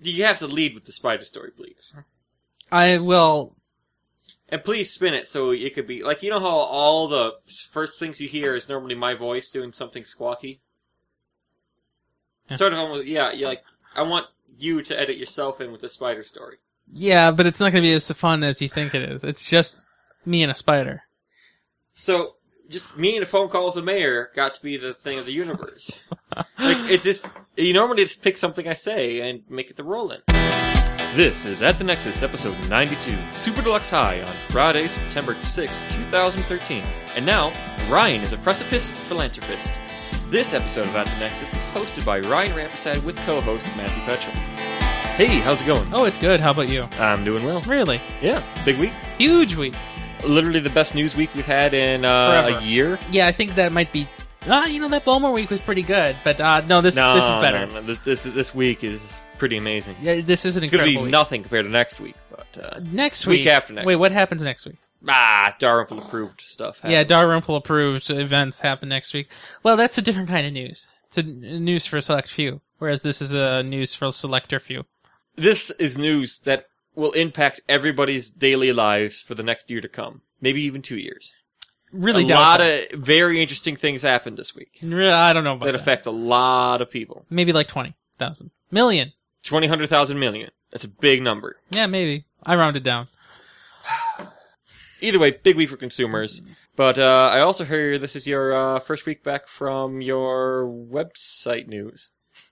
You have to lead with the spider story, please. I will. And please spin it so it could be like you know how all the first things you hear is normally my voice doing something squawky. Yeah. Sort of almost yeah, yeah. Like I want you to edit yourself in with the spider story. Yeah, but it's not going to be as fun as you think it is. It's just me and a spider. So just me and a phone call with the mayor got to be the thing of the universe. like it just you normally just pick something I say and make it the roll in. This is At the Nexus episode 92, Super Deluxe High on Friday, September 6, 2013. And now, Ryan is a precipice philanthropist. This episode of At the Nexus is hosted by Ryan Rampersad with co-host Matthew Petrel. Hey, how's it going? Oh, it's good. How about you? I'm doing well. Really? Yeah, big week. Huge week. Literally the best news week we've had in uh, Forever. a year. Yeah, I think that might be. Ah, you know that Bulmer week was pretty good, but uh, no, this this is better. no, no, this, this this week is pretty amazing. Yeah, this is an It's going to incredible be week. nothing compared to next week, but uh, next week week. after next Wait, week. what happens next week? ah, Dalrymple approved stuff. Happens. Yeah, Dalrymple approved events happen next week. Well, that's a different kind of news. It's a n- news for a select few, whereas this is a news for a selector few. This is news that will impact everybody's daily lives for the next year to come, maybe even two years. Really, a doubt lot that. of very interesting things happened this week Re- I don't know about that that. affect a lot of people. Maybe like twenty thousand million. Twenty hundred thousand million. That's a big number. Yeah, maybe. I rounded down. Either way, big week for consumers. Mm-hmm. But uh, I also hear this is your uh, first week back from your website news.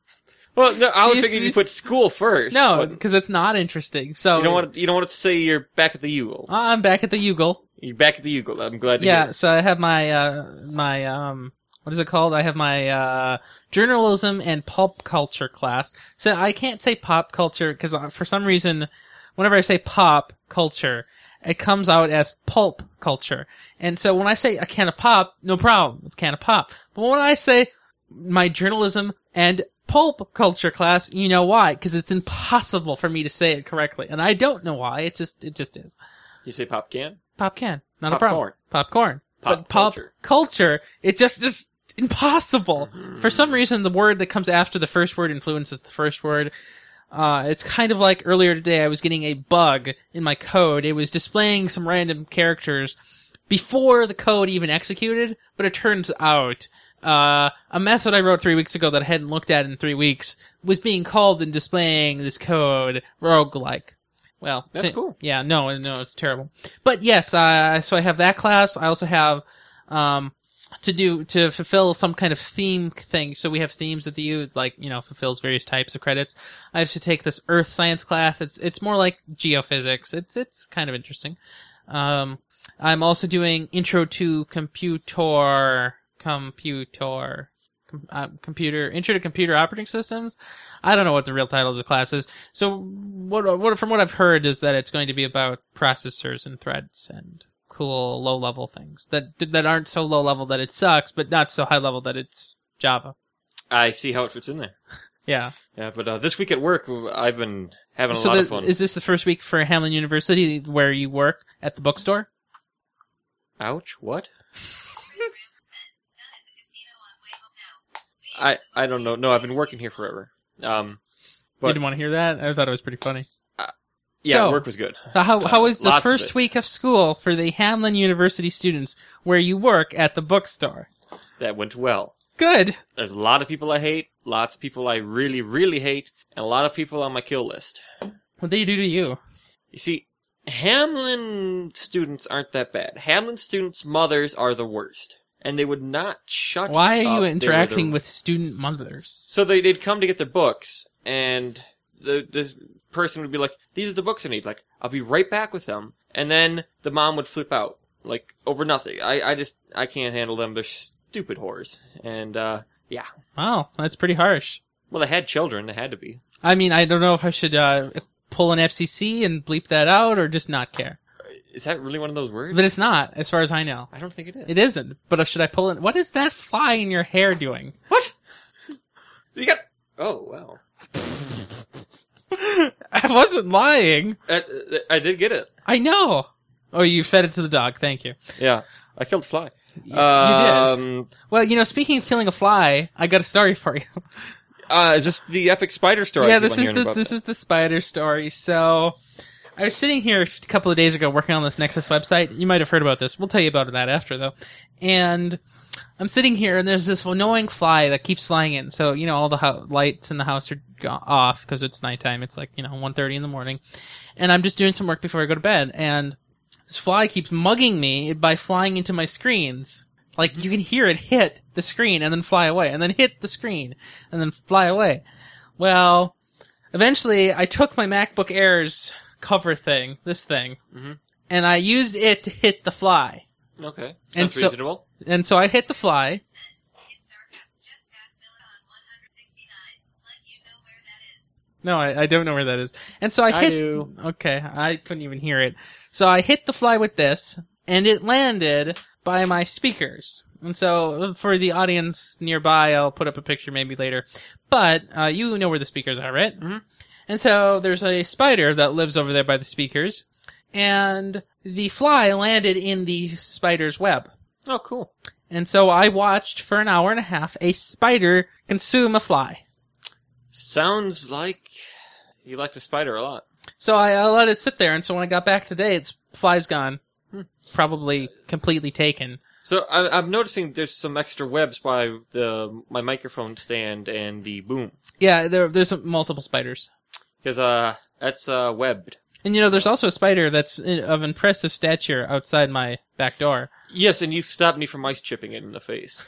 Well, no, I was These- thinking you these- put school first. No, Oh, but because it's not interesting. So you don't want to, you don't want it to say you're back at the Eagle. I'm back at the Ugle. You're back at the Eagle. I'm glad to Yeah, hear. so I have my uh my um what is it called? I have my uh journalism and pulp culture class. So I can't say pop culture because for some reason, whenever I say pop culture, it comes out as pulp culture. And so when I say a can of pop, no problem, it's can of pop. But when I say my journalism and pulp culture class, you know why? Because it's impossible for me to say it correctly, and I don't know why. It just it just is. You say pop can? Pop can. Not a Popcorn. problem. Popcorn. Pop but pop culture. culture. it just is impossible. Mm-hmm. For some reason, the word that comes after the first word influences the first word. Uh, it's kind of like earlier today, I was getting a bug in my code. It was displaying some random characters before the code even executed, but it turns out, uh, a method I wrote three weeks ago that I hadn't looked at in three weeks was being called and displaying this code roguelike. Well, That's so- cool. Yeah, no, no, it's terrible. But yes, uh, so I have that class. I also have um, to do to fulfill some kind of theme thing. So we have themes at the U, like you know, fulfills various types of credits. I have to take this Earth science class. It's it's more like geophysics. It's it's kind of interesting. Um, I'm also doing intro to computer computer. com- Uh, computer intro to computer operating systems i don't know what the real title of the class is so what, what from what I've heard is that it's going to be about processors and threads and cool low level things that that aren't so low level that it sucks, but not so high level that it's Java. I see how it fits in there. Yeah. Yeah, but uh, this week at work, I've been having a So lot the- of fun. is this the first week for Hamlin University where you work at the bookstore? Ouch! What? at the casino on way home now. I I don't know. No, I've been working here forever. Um, But- Didn't want to hear that. I thought it was pretty funny. yeah, So- work was good. Uh, How how is the Lots of first it. week of school for the Hamlin University students where you work at the bookstore? That went well. Good. There's a lot of people I hate, lots of people I really, really hate, and a lot of people on my kill list. What they do to you? You see, Hamlin students aren't that bad. Hamlin students' mothers are the worst, and they would not shut. up. Why are you They were the- interacting with student mothers? So they, they'd come to get their books, and the the person would be like, "These are the books I need." Like, I'll be right back with them, and then the mom would flip out, like over nothing. I I just I can't handle them. They're stupid whores, and uh, yeah. Wow, that's pretty harsh. Well, they had children. They had to be. I mean, I don't know if I should uh, pull an FCC and bleep that out or just not care. Is that really one of those words? But it's not, as far as I know. I don't think it is. It isn't. But should I pull it? What is that fly in your hair doing? What? You got? Oh wow! I wasn't lying. I, Uh, I did get it. I know. Oh, you fed it to the dog. Thank you. Yeah, I killed a fly. you did. um, Well, you know, speaking of killing a fly, I got a story for you. Uh, is this the epic spider story? yeah, you this wanna is hear the about this that? is the spider story. So I was sitting here a couple of days ago working on this Nexus website. You might have heard about this. We'll tell you about that after though. And I'm sitting here and there's this annoying fly that keeps flying in. So you know all the ho- lights in the house are go- off because it's nighttime. It's like you know 1:30 in the morning, and I'm just doing some work before I go to bed. And this fly keeps mugging me by flying into my screens. Like you can hear it hit the screen and then fly away, and then hit the screen and then fly away. Well, eventually I took my MacBook Air's cover thing, this thing, Mhm. and I used it to hit the fly. okay. Sounds and so- reasonable. And so I hit the fly. No, I, I don't know where that is. And so I hit. do. Okay, I couldn't even hear it. So I hit the fly with this, and it landed by my speakers. And so uh, for the audience nearby, I'll put up a picture maybe later. But uh, you know where the speakers are, right? Mhm. And so there's a spider that lives over there by the speakers, and the fly landed in the spider's web. Oh, cool. And so I watched for an hour and a half a spider consume a fly. Sounds like you liked the spider a lot. So I, I let it sit there, and so when I got back today, its fly's gone, probably completely taken. So I, I'm noticing there's some extra webs by the my microphone stand and the boom Yeah, there, there's multiple spiders, because uh that's uh webbed. and you know there's also a spider that's i- of impressive stature outside my back door. Yes, and you stopped me from ice chipping it in the face.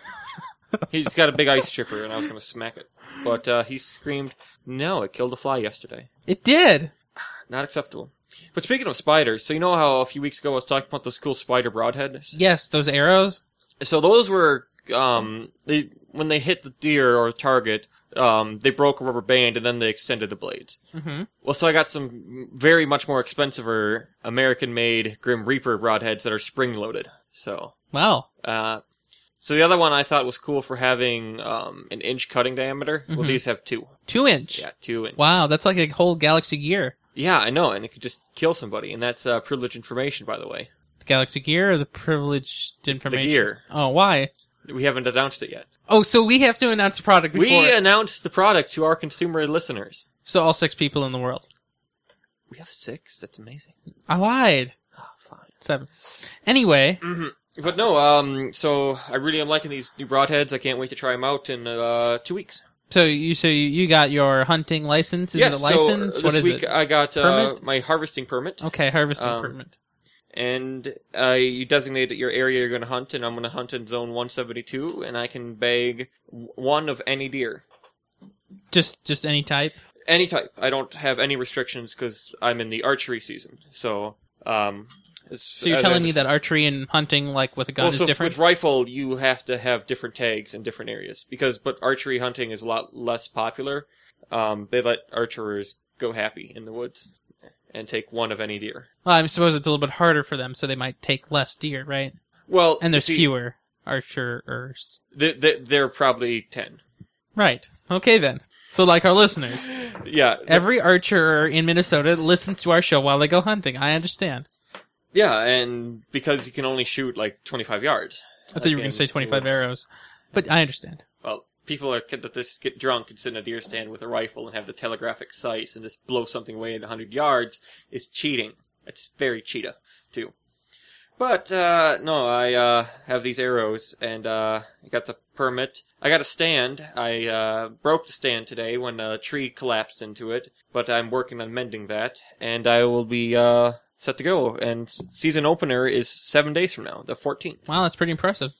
he's got a big ice chipper, and I was going to smack it, but uh, he screamed, "No! It killed a fly yesterday. It did. Not acceptable." But speaking of spiders, so you know how a few weeks ago I was talking about those cool spider broadheads. Yes, those arrows. so those were um they when they hit the deer or target um they broke a rubber band and then they extended the blades Mm-hmm. well so i got some very much more expensive american made grim reaper broadheads that are spring loaded so Wow. uh so the other one i thought was cool for having um an inch cutting diameter well Mhm. these have two Two inch. yeah two inch Wow, that's like a whole galaxy gear. yeah i know and it could just kill somebody and that's uh privileged information by the way The galaxy gear or the privileged information? gear. Oh, why? we haven't announced it yet Oh, so we have to announce the product before. we uh, announced the product to our consumer listeners So all six people in the world. we have six that's amazing I lied. oh, fine Seven. Anyway, hmm Mm-hmm. But no, um, so I really am liking these new broadheads. I can't wait to try them out in uh, two weeks. so you so you- you got your hunting license? Is yes, it a so, license? uh, what this is week it? I got uh, Permit? my harvesting permit, Okay, harvesting um, permit. and uh, you designate your area you're going to hunt, and I'm going to hunt in zone 172, and I can bag w- one of any deer, Just just any type. any type. I don't have any restrictions because I'm in the archery season. So, um, as, So you're as I telling me understand- that archery and hunting, like with a gun, Well, is so different. with rifle, you have to have different tags in different areas because, but archery hunting is a lot less popular. Um, they let archers go happy in the woods and take one of any deer. well, I suppose it's a little bit harder for them, so they might take less deer, right? Well, And there's you see, fewer archers. They, they, they're probably ten. Right. Okay then. So like our listeners, Yeah, every archer in Minnesota listens to our show while they go hunting. I understand. yeah, and because you can only shoot like 25 yards. I thought you were going to say 25 arrows, but I understand. Well, people are could just get drunk and sit in a deer stand with a rifle and have the telegraphic sights and just blow something away at 100 yards is cheating. It's very cheetah too. But uh, no, I uh, have these arrows and uh, I got the permit. I got a stand. I uh, broke the stand today when a tree collapsed into it, but I'm working on mending that, and I will be uh, set to go. And season opener is seven days from now, the 14th. Wow, that's pretty impressive.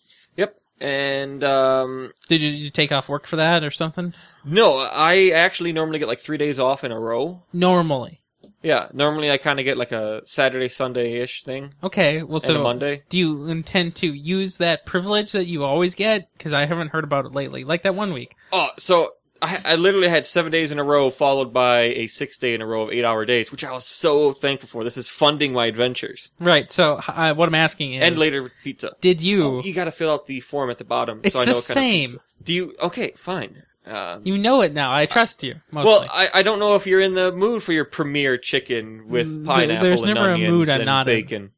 And um, Did you, did you take off work for that or something? No, I actually normally get like three days off in a row. Normally. Yeah, normally I kind of get like a Saturday, Sunday ish thing, Okay, well, and a so Monday. do you intend to use that privilege that you always get? Because I haven't heard about it lately. Like that one week. Oh, so I, I literally had seven days in a row, followed by a six day in a row of eight hour days, which I was so thankful for. This is funding my adventures Right, so h- I, what I'm asking is and later pizza. Did you. Oh, you got to fill out the form at the bottom, It's so I the know what kind same. of pizza. Do you? Okay, fine. Um, You know it now. I trust you. Mostly. well, uh, I, I don't know if you're in the mood for your premier chicken with Mm, pineapple there's and never a onions mood I'm and not in. bacon.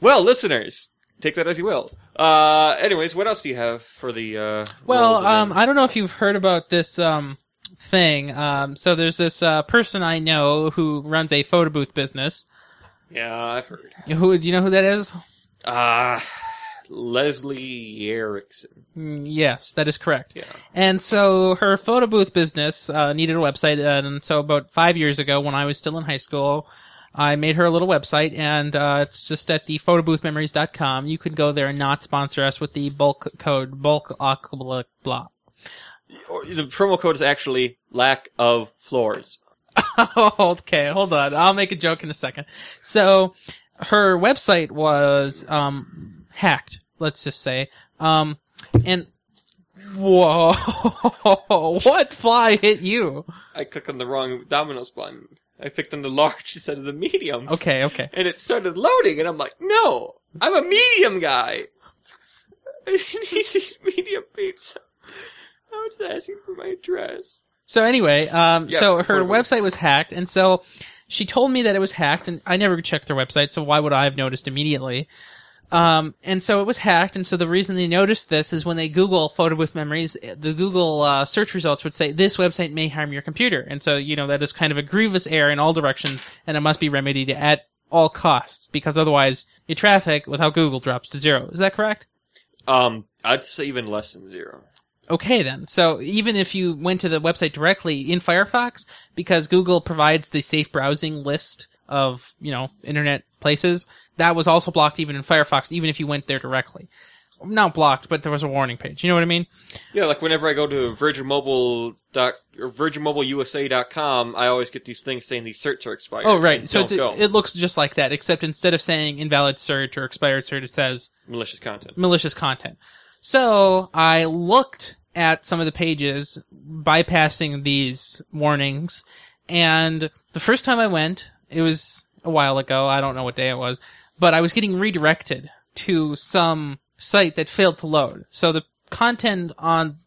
Well, listeners, take that as you will. Uh, anyways, what else do you have for the? Uh, roles Well, of um, men? I don't know if you've heard about this um, thing. Um, so there's this uh, person I know who runs a photo booth business. yeah, I've heard. Who do you know who that is? Uh Leslie Erickson. Mm, Yes, that is correct. Yeah. And so her photo booth business uh, needed a website, uh, and so about five years ago, when I was still in high school, I made her a little website, and uh, it's just at the photoboothmemories.com. You can go there and not sponsor us with the bulk code bulk uh, blah blah. Or the promo code is actually lack of floors. okay, hold on. I'll make a joke in a second. So her website was um hacked, let's just say. Um and whoa what fly hit you? I clicked on the wrong Domino's button. I clicked on the large instead of the mediums. Okay, okay. And it started loading, and I'm like, no, I'm a medium guy. I need these medium pizza. I was asking for my address. So anyway, um Yeah, so her totally. website was hacked and so she told me that it was hacked and I never checked her website, so why would I have noticed immediately? Um, and so it was hacked, and so the reason they noticed this is when they Google photo with memories, the Google uh, search results would say this website may harm your computer, and so you know that is kind of a grievous error in all directions, and it must be remedied at all costs because otherwise your traffic without Google drops to zero. Is that correct? Um, I'd say even less than zero. Okay then. So even if you went to the website directly in Firefox, because Google provides the safe browsing list of, you know, internet places, that was also blocked even in Firefox, even if you went there directly. Not blocked, but there was a warning page. You know what I mean? Yeah, like whenever I go to VirginMobile dot or VirginMobileUSA.com, I always get these things saying these certs are expired. Oh, right. and So don't it's, go. it looks just like that, except instead of saying invalid cert or expired cert, it says malicious content. malicious content. So I looked at some of the pages, bypassing these warnings, and the first time I went, it was a while ago, I don't know what day it was, but I was getting redirected to some site that failed to load. So the content on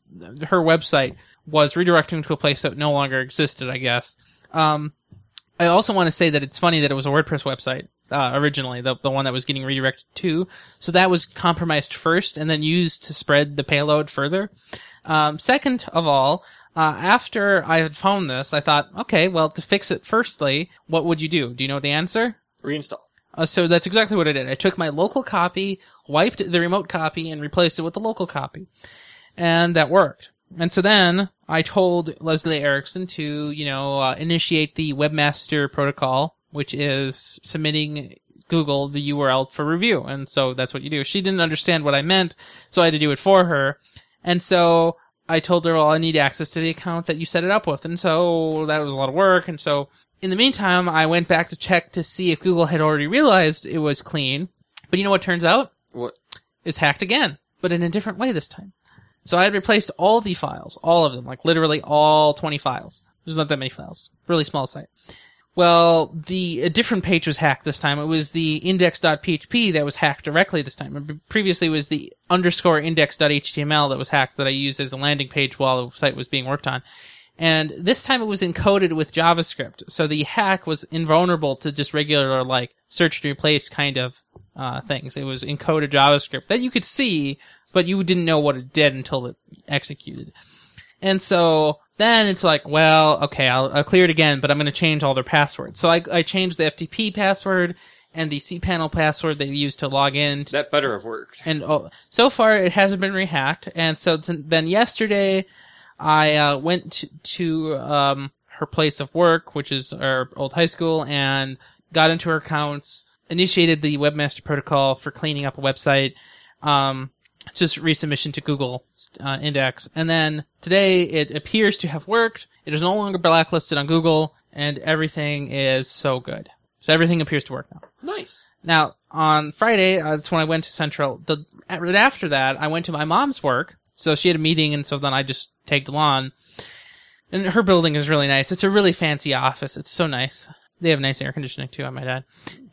her website was redirecting to a place that no longer existed, I guess. Um, I also want to say that it's funny that it was a WordPress website uh, originally, the, the one that was getting redirected to. So that was compromised first and then used to spread the payload further. Um, second of all, uh, after I had found this, I thought, okay, well, to fix it firstly, what would you do? Do you know the answer? Reinstall. Uh, so that's exactly what I did. I took my local copy, wiped the remote copy, and replaced it with the local copy. And that worked. And so then I told Leslie Erickson to, you know, uh, initiate the webmaster protocol, which is submitting Google the URL for review. And so that's what you do. She didn't understand what I meant, so I had to do it for her. And so I told her, well, I need access to the account that you set it up with. And so that was a lot of work. And so in the meantime, I went back to check to see if Google had already realized it was clean. But you know what turns out? What? It's hacked again, but in a different way this time. So I had replaced all the files, all of them, like literally all 20 files. There's not that many files. Really small site. Well, the a different page was hacked this time. It was the index.php that was hacked directly this time. Pre- Previously, it was the underscore index.html that was hacked that I used as a landing page while the site was being worked on. And this time it was encoded with JavaScript, so the hack was invulnerable to just regular like search and replace kind of uh, things. It was encoded JavaScript that you could see, but you didn't know what it did until it executed. And so then it's like, well, okay, I'll, I'll clear it again, but I'm going to change all their passwords. So I, I changed the FTP password and the cPanel password they used to log in That better have worked. and oh, so far it hasn't been rehacked. And so t- then yesterday, I uh, went to, to um, her place of work, which is our old high school, and got into her accounts, initiated the webmaster protocol for cleaning up a website, um, just resubmission to Google uh, Index, and then today it appears to have worked. It is no longer blacklisted on Google, and everything is so good. So everything appears to work now. Nice. Now, on Friday, uh, that's when I went to Central. The right after that, I went to my mom's work. So she had a meeting, and so then I just tagged along. And her building is really nice. It's a really fancy office. It's so nice. They have nice air conditioning too, I might add.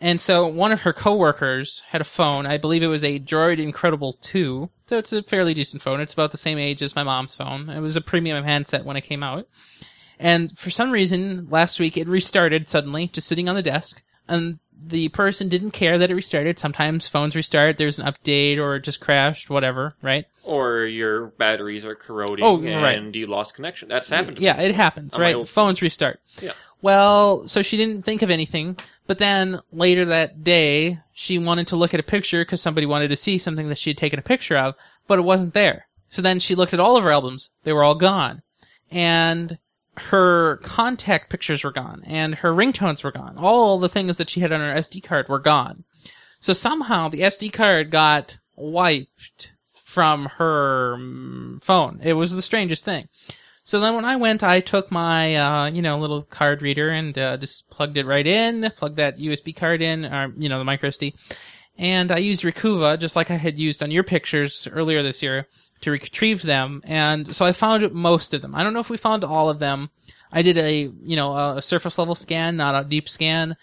And so one of her coworkers had a phone. I believe it was a Droid Incredible 2. So it's a fairly decent phone. It's about the same age as my mom's phone. It was a premium handset when it came out. And for some reason, last week it restarted suddenly, just sitting on the desk. And the person didn't care that it restarted. Sometimes phones restart, there's an update, or it just crashed, whatever, right? Or your batteries are corroding Oh, and right. you lost connection. That's happened to me. Yeah, it happens, On my right? old Phones restart. Yeah. Well, so she didn't think of anything, but then later that day, she wanted to look at a picture because somebody wanted to see something that she had taken a picture of, but it wasn't there. So then she looked at all of her albums; they were all gone, and her contact pictures were gone, and her ringtones were gone. All the things that she had on her SD card were gone. So somehow the SD card got wiped from her mm, phone. It was the strangest thing. So then when I went, I took my, uh, you know, little card reader and uh, just plugged it right in, plugged that USB card in, or, you know, the micro SD. And I used Recuva, just like I had used on your pictures earlier this year, to retrieve them. And so I found most of them. I don't know if we found all of them. I did a, you know, a surface level scan, not a deep scan.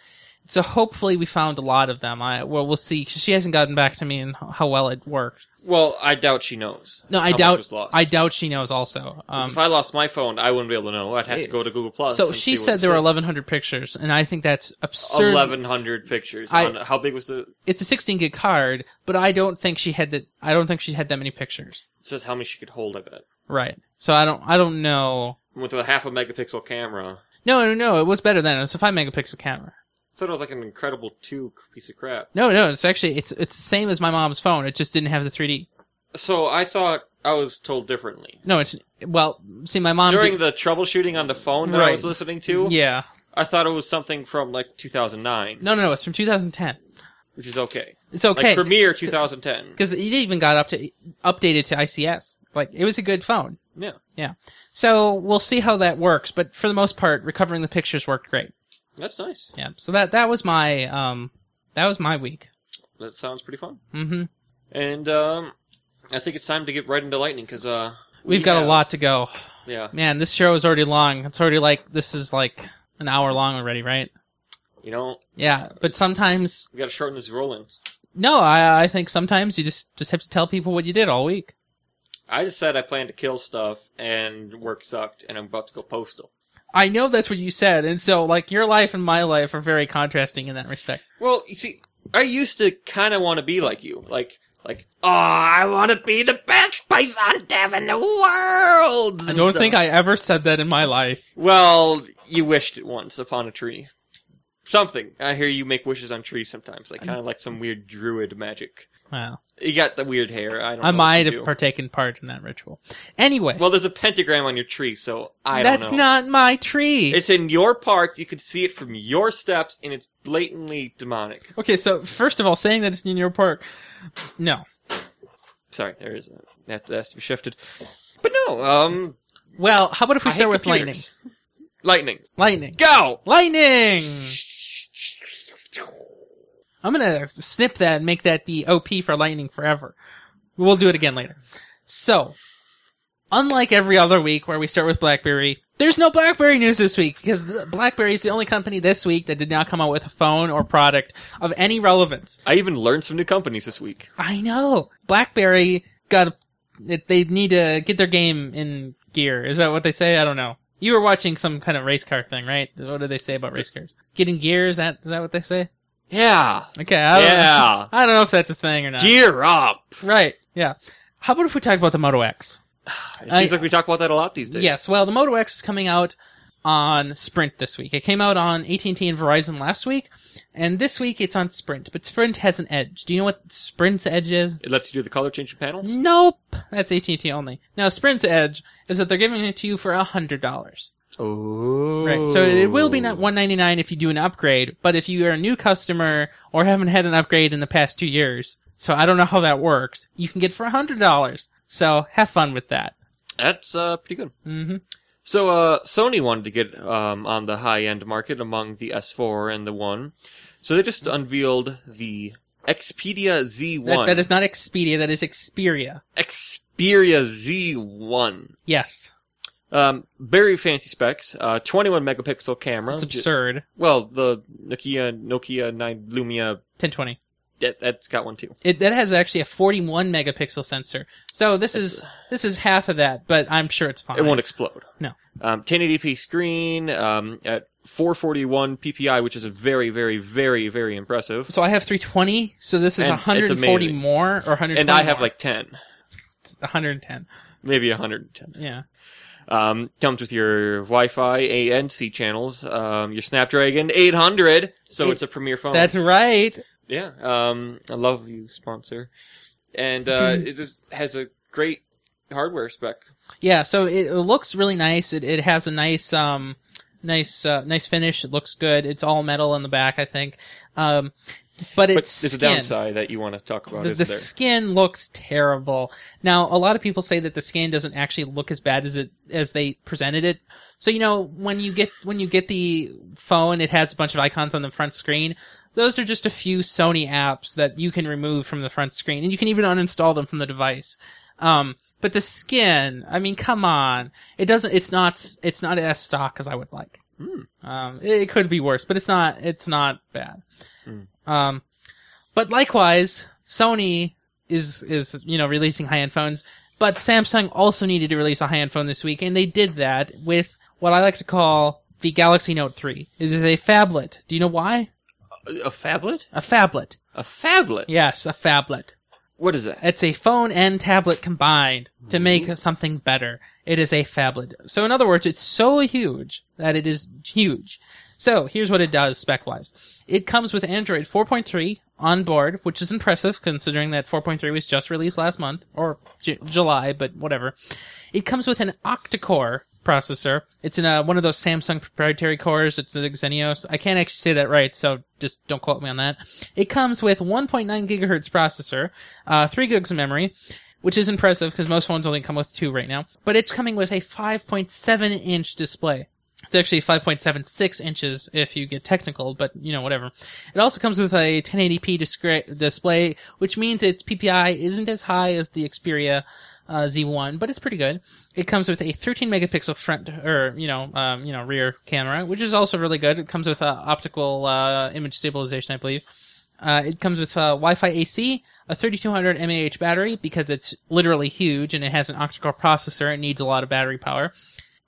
So hopefully we found a lot of them. I, well, we'll see. 'cause She hasn't gotten back to me and how well it worked. Well, I doubt she knows. No, I how much doubt- was lost. I doubt she knows also. 'Cause Um, if I lost my phone, I wouldn't be able to know. I'd have to go to Google Plus. So and she see what said it there were 1,100 pictures, and I think that's absurd. 1100 pictures. I- on, how big was the? It's a 16 gig card, but I don't think she had that. I don't think she had that many pictures. It says how many she could hold. I bet Right. So I don't. I don't know. with a half a megapixel camera. No, no, no. It was better than it was a five megapixel camera. I thought it was like an incredible two piece of crap. No, no. It's actually it's it's the same as my mom's phone. It just didn't have the 3D. So I thought I was told differently No, it's well. See, my mom during did- the troubleshooting on the phone that I Um, Right. was listening to. yeah. I thought it was something from like 2009, No, no, no. It's from 2010. which is okay. It's Like okay. Premiere 2010. because it even got up to updated to ICS. Like it was a good phone. Yeah. yeah. So we'll see how that works. But for the most part, recovering the pictures worked great. That's nice. Yeah. So that that was my um that was my week. That sounds pretty fun. Mm-hmm. And um, I think it's time to get right into lightning because uh, we We've got have- a lot to go. Yeah. Man, this show is already long. It's already like this is like an hour long already, right? You know, Yeah. But sometimes we got to shorten this Roland. no, I I think sometimes you just just have to tell people what you did all week. I just said I plan to kill stuff and work sucked and I'm about to go postal. I know that's what you said, and so like your life and my life are very contrasting in that respect. Well, you see, I used to kind of want to be like you. Like, like, oh, I want to be the best Python dev in the world. I don't think I ever said that in my life. Well, you wished it once upon a tree. Something. I hear you make wishes on trees sometimes, like kind of like some weird druid magic. Wow. You got the weird hair. I don't. I know what might you have do. partaken part in that ritual. Anyway, Well, there's a pentagram on your tree, so I don't know. that's not my tree. It's in your park. You can see it from your steps, and it's blatantly demonic. okay, so first of all, saying that it's in your park, no. Sorry, there is a, that that has to be shifted. But no, um, Well, how about if we I hate start with computers. lightning, lightning? go. Lightning! Lightning! Mm. I'm gonna snip that and make that the OP for lightning forever. We'll do it again later. So, unlike every other week where we start with BlackBerry, there's no BlackBerry news this week because the- BlackBerry is the only company this week that did not come out with a phone or product of any relevance. I even learned some new companies this week. I know BlackBerry got it- they need to get their game in gear. Is that what they say? I don't know. You were watching some kind of race car thing, right? What do they say about race cars? Get in gear? Is that is that what they say? Yeah, Okay, I don't, yeah. I don't know if that's a thing or not. Gear up. Right. Yeah. How about if we talk about the Moto X? It I- seems like we talk about that a lot these days. Yes. Well, the Moto X is coming out on Sprint this week. It came out on AT&T and Verizon last week, and this week it's on Sprint. But Sprint has an edge. Do you know what Sprint's edge is? it lets you do the color changing panels. Nope. That's AT&T only. Now, Sprint's edge is that they're giving it to you for $100. Oh, Right. So it will be not 199 if you do an upgrade, but if you are a new customer or haven't had an upgrade in the past 2 years, so I don't know how that works, you can get it for $100. So have fun with that. That's uh, pretty good. Mhm. So uh, Sony wanted to get um, on the high end market among the S4 and the One, so they just unveiled the Xpedia Z1. That, that is not Expedia, that is Xperia. Xperia Z1. Yes. Um, very fancy specs. Uh, 21 megapixel camera. It's Ju- absurd. well, the Nokia Nokia 9 Lumia 1020. that, that's got one too. It that has actually a 41 megapixel sensor. So this is this is half of that, but I'm sure it's fine. It won't explode. um, 1080p screen um, at 441 ppi, which is a very, very, very, very impressive. So I have 320. So this is And it's 140 amazing. more, or 100. And I have like 10, 110. maybe 110. Yeah. Um, comes with your Wi-Fi ANC channels, um, your Snapdragon 800. So It- it's a premier phone. That's right. Yeah. Um, I love you, sponsor. And uh, Hmm. it just has a great hardware spec. Yeah. So it, it looks really nice. It, it has a nice, um, nice, uh, nice finish. It looks good. It's all metal in the back, I think. Um, but But it's there's a skin. downside that you want to talk about, The, isn't the there? skin looks terrible. Now, a lot of people say that the skin doesn't actually look as bad as it as they presented it. So you know, when you get when you get the phone, it has a bunch of icons on the front screen. Those are just a few Sony apps that you can remove from the front screen, and you can even uninstall them from the device. Um, but the skin, I mean, come on, it doesn't. It's not. s- It's not as stock as I would like. Hmm. Um, it, it could be worse, but it's not. It's not bad. Hmm. Um, but likewise, Sony is is you know releasing high end phones, but Samsung also needed to release a high end phone this week, and they did that with what I like to call the Galaxy Note Three. It is a phablet. Do you know why? A phablet? A phablet. A phablet? Yes, a phablet. What is that? It's a phone and tablet combined to make something better. It is a phablet. So in other words, it's so huge that it is huge. So here's what it does spec wise. It comes with Android 4.3 on board, which is impressive considering that 4.3 was just released last month or J- July, but whatever. It comes with an octa-core processor. It's in a, one of those Samsung proprietary cores. It's an Exynos. I can't actually say that right, so just don't quote me on that. It comes with 1.9 gigahertz processor, uh, three gigs of memory, which is impressive because most phones only come with two right now. But it's coming with a 5.7 inch display. It's actually 5.76 inches if you get technical, but you know, whatever. It also comes with a 1080p discre- display, which means its PPI isn't as high as the Xperia uh, Z1, but it's pretty good. It comes with a 13 megapixel front or you know um, you know rear camera, which is also really good. It comes with uh, optical uh, image stabilization, I believe. Uh, it comes with uh, Wi-Fi AC, a 3200 mAh battery because it's literally huge and it has an octa-core processor. It needs a lot of battery power,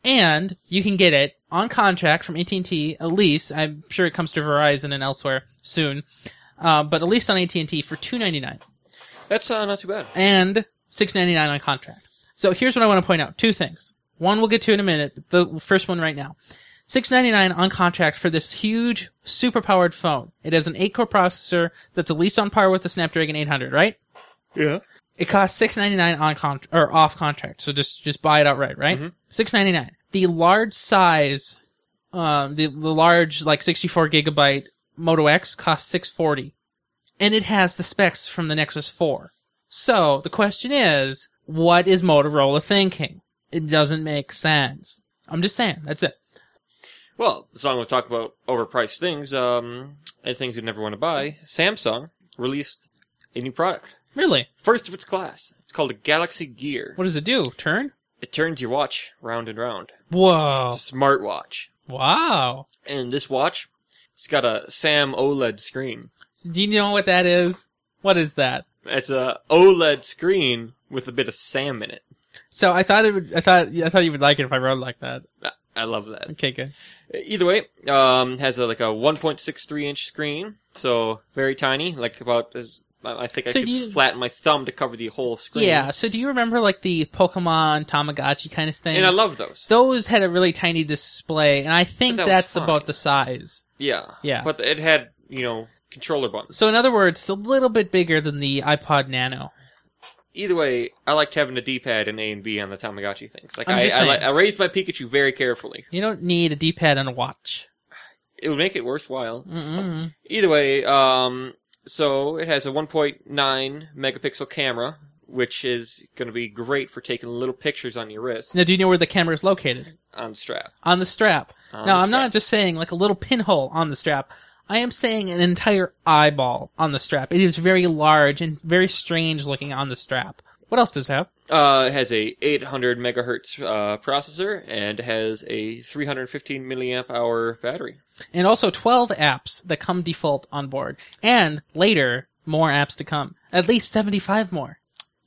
and you can get it on contract from AT&T at least. I'm sure it comes to Verizon and elsewhere soon, uh, but at least on AT&T for 299 That's uh, not too bad. and six ninety nine on contract. So here's what I want to point out: two things. One we'll get to in a minute. but The first one right now: six ninety nine on contract for this huge, super powered phone. It has an eight core processor that's at least on par with the Snapdragon eight hundred, right? Yeah. It costs six ninety nine on con- or off contract, so just just buy it outright, right? Mhm. ninety nine. The large size, um, the the large like sixty four gigabyte Moto X costs six forty, and it has the specs from the Nexus four. So the question is, what is Motorola thinking? It doesn't make sense. I'm just saying. That's it. Well, as long as we talk about overpriced things um, and things you'd never want to buy, Samsung released a new product. Really? First of its class. It's called a Galaxy Gear. What does it do? Turn? It turns your watch round and round. Whoa! It's a smartwatch. Wow! And this watch, it's got a SAM OLED screen. Do you know what that is? What is that? It's a OLED screen with a bit of SAM in it. So I thought it would. I thought. I thought you would like it if I wrote like that. I love that. Okay, good. Either way, um, has a, like a 1.63 inch screen, so very tiny, like about as I I think I So could do you- flatten my thumb to cover the whole screen. Yeah. So do you remember like the Pokemon Tamagotchi kind of thing? and I love those. those had a really tiny display, and I think But that was that's fine. about the size. Yeah, Yeah. But it had you know controller buttons. So in other words, it's a little bit bigger than the iPod Nano. Either way, I liked having a D-pad and A and B on the Tamagotchi things. Like I'm I, just I, saying. li- I raised my Pikachu very carefully. You don't need a D-pad on a watch. It would make it worthwhile. Mm-mm. Either way, um, so it has a 1.9 megapixel camera, which is going to be great for taking little pictures on your wrist Now, do you know where the camera is located? on strap. On the strap. On now, the I'm strap. not just saying like a little pinhole on the strap. I am saying an entire eyeball on the strap. It is very large and very strange looking on the strap. What else does it have? Uh, it has a 800 megahertz uh, processor and has a 315 milliamp hour battery. and also 12 apps that come default on board and later more apps to come at least 75 more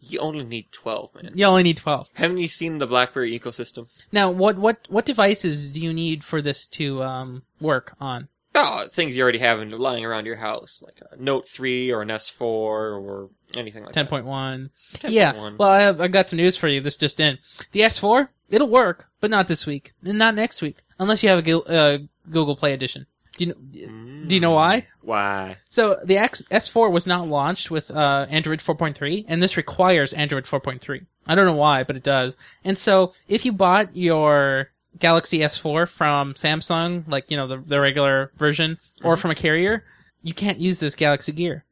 you only need 12, man. You only need twelve. Haven't you seen the BlackBerry ecosystem? Now, what what what devices do you need for this to um, work on? Oh, things you already have and lying around your house, like a Note 3 or an S4 or anything like Ten that. point one. 10.1. yeah. Well, I have, I got some news for you. This just in: the S4 it'll work, but not this week and not next week, unless you have a Gil- uh, Google Play edition. Do you know? Do you know why? Mm. Why? So the X- S4 was not launched with uh, Android 4.3, and this requires Android 4.3. I don't know why, but it does. And so if you bought your Galaxy S4 from Samsung, like you know the the regular version, or from a carrier, you can't use this Galaxy Gear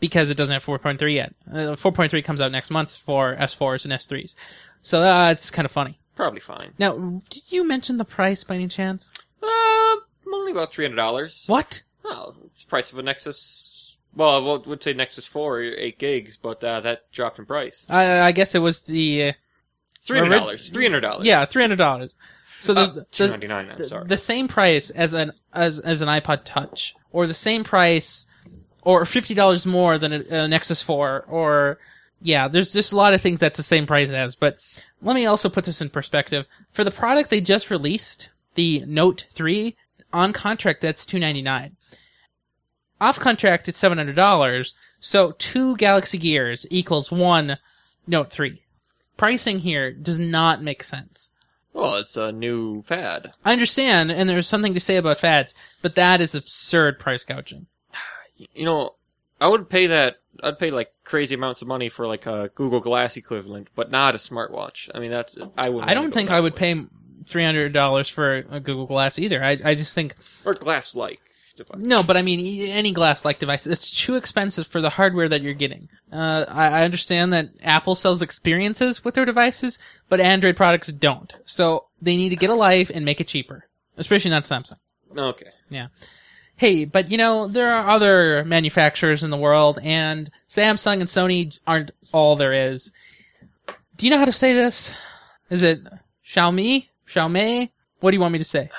because it doesn't have 4.3 yet. Uh, 4.3 comes out next month for S4s and S3s. So uh, it's kind of funny. Probably fine. Now, did you mention the price by any chance? Uh, only about $300. What? Oh, it's the price of a Nexus. Well, I would- would say Nexus 4, 8 gigs, but uh, that dropped in price. I, I guess it was the uh, $300. $300. yeah, three hundred dollars. Oh, So the, Uh, the- $299, I'm the, sorry. the same price as an as as an iPod Touch, or the same price, or fifty dollars more than a, a Nexus Four, or yeah, there's just a lot of things that's the same price as. But let me also put this in perspective for the product they just released, the Note Three on contract that's two ninety nine. Off contract it's seven hundred dollars. So two Galaxy Gears equals one Note Three. Pricing here does not make sense. Well, it's a new fad. I understand, and there's something to say about fads, but that is absurd price gouging. You know, I would pay that. I'd pay like crazy amounts of money for like a Google Glass equivalent, but not a smartwatch. I mean, that's I would. I don't think I would pay three hundred dollars for a Google Glass either. I, I just think or glass like device. no, but I mean e- any glass-like device. It's too expensive for the hardware that you're getting. Uh, I, I understand that Apple sells experiences with their devices, but Android products don't. So they need to get a life and make it cheaper, especially not Samsung. Okay. hey, but you know, there are other manufacturers in the world, and Samsung and Sony aren't all there is. Do you know how to say this? Is it Xiaomi? Xiaomi? What do you want me to say?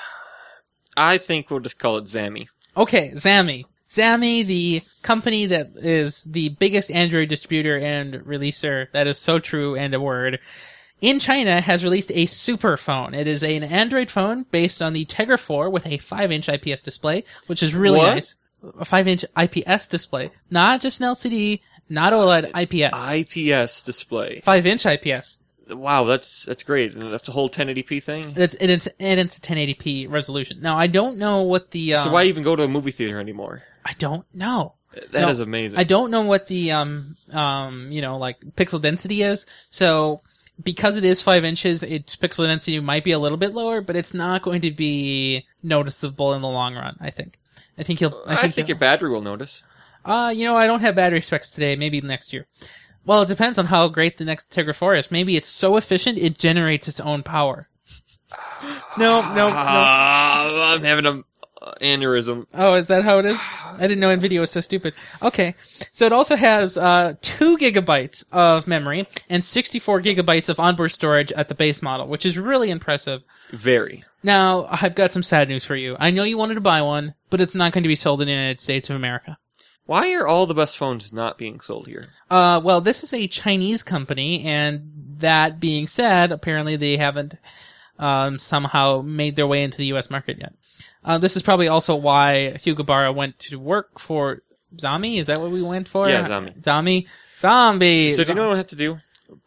I think we'll just call it Zammy. Okay, Zami. Zami, the company that is the biggest Android distributor and releaser, that is so true and a word, in China has released a super phone. It is an Android phone based on the Tegra 4 with a 5 inch IPS display, which is really What? nice. A 5 inch IPS display. Not just an LCD, not E OLED, IPS. IPS display. 5 inch IPS. Wow, that's that's great. And That's the whole 1080p thing. That's, and it's, and it's a 1080p resolution. Now, I don't know what the, um, So why even go to a movie theater anymore? I don't know. That is No, amazing. I don't know what the um um you know like pixel density is. So because it is five inches, its pixel density might be a little bit lower, but it's not going to be noticeable in the long run. I think. I think you'll. I think your you'll- battery will notice. Uh, you know, I don't have battery specs today. Maybe next year. Well, it depends on how great the next Tegra 4 is. Maybe it's so efficient it generates its own power. No, no, no. Ah, I'm having an aneurysm. Oh, is that how it is? I didn't know NVIDIA was so stupid. Okay. So it also has uh, 2 gigabytes of memory and 64 gigabytes of onboard storage at the base model, which is really impressive. Very. Now, I've got some sad news for you. I know you wanted to buy one, but it's not going to be sold in the United States of America. Why are all the best phones not being sold here? Uh, well, this is a Chinese company, and that being said, apparently they haven't um, somehow made their way into the U.S. market yet. Uh, this is probably also why Hugo Barra went to work for Zombie. Is that what we went for? Yeah, Zombie. Zombie. Zombie. So do you know what I have to do?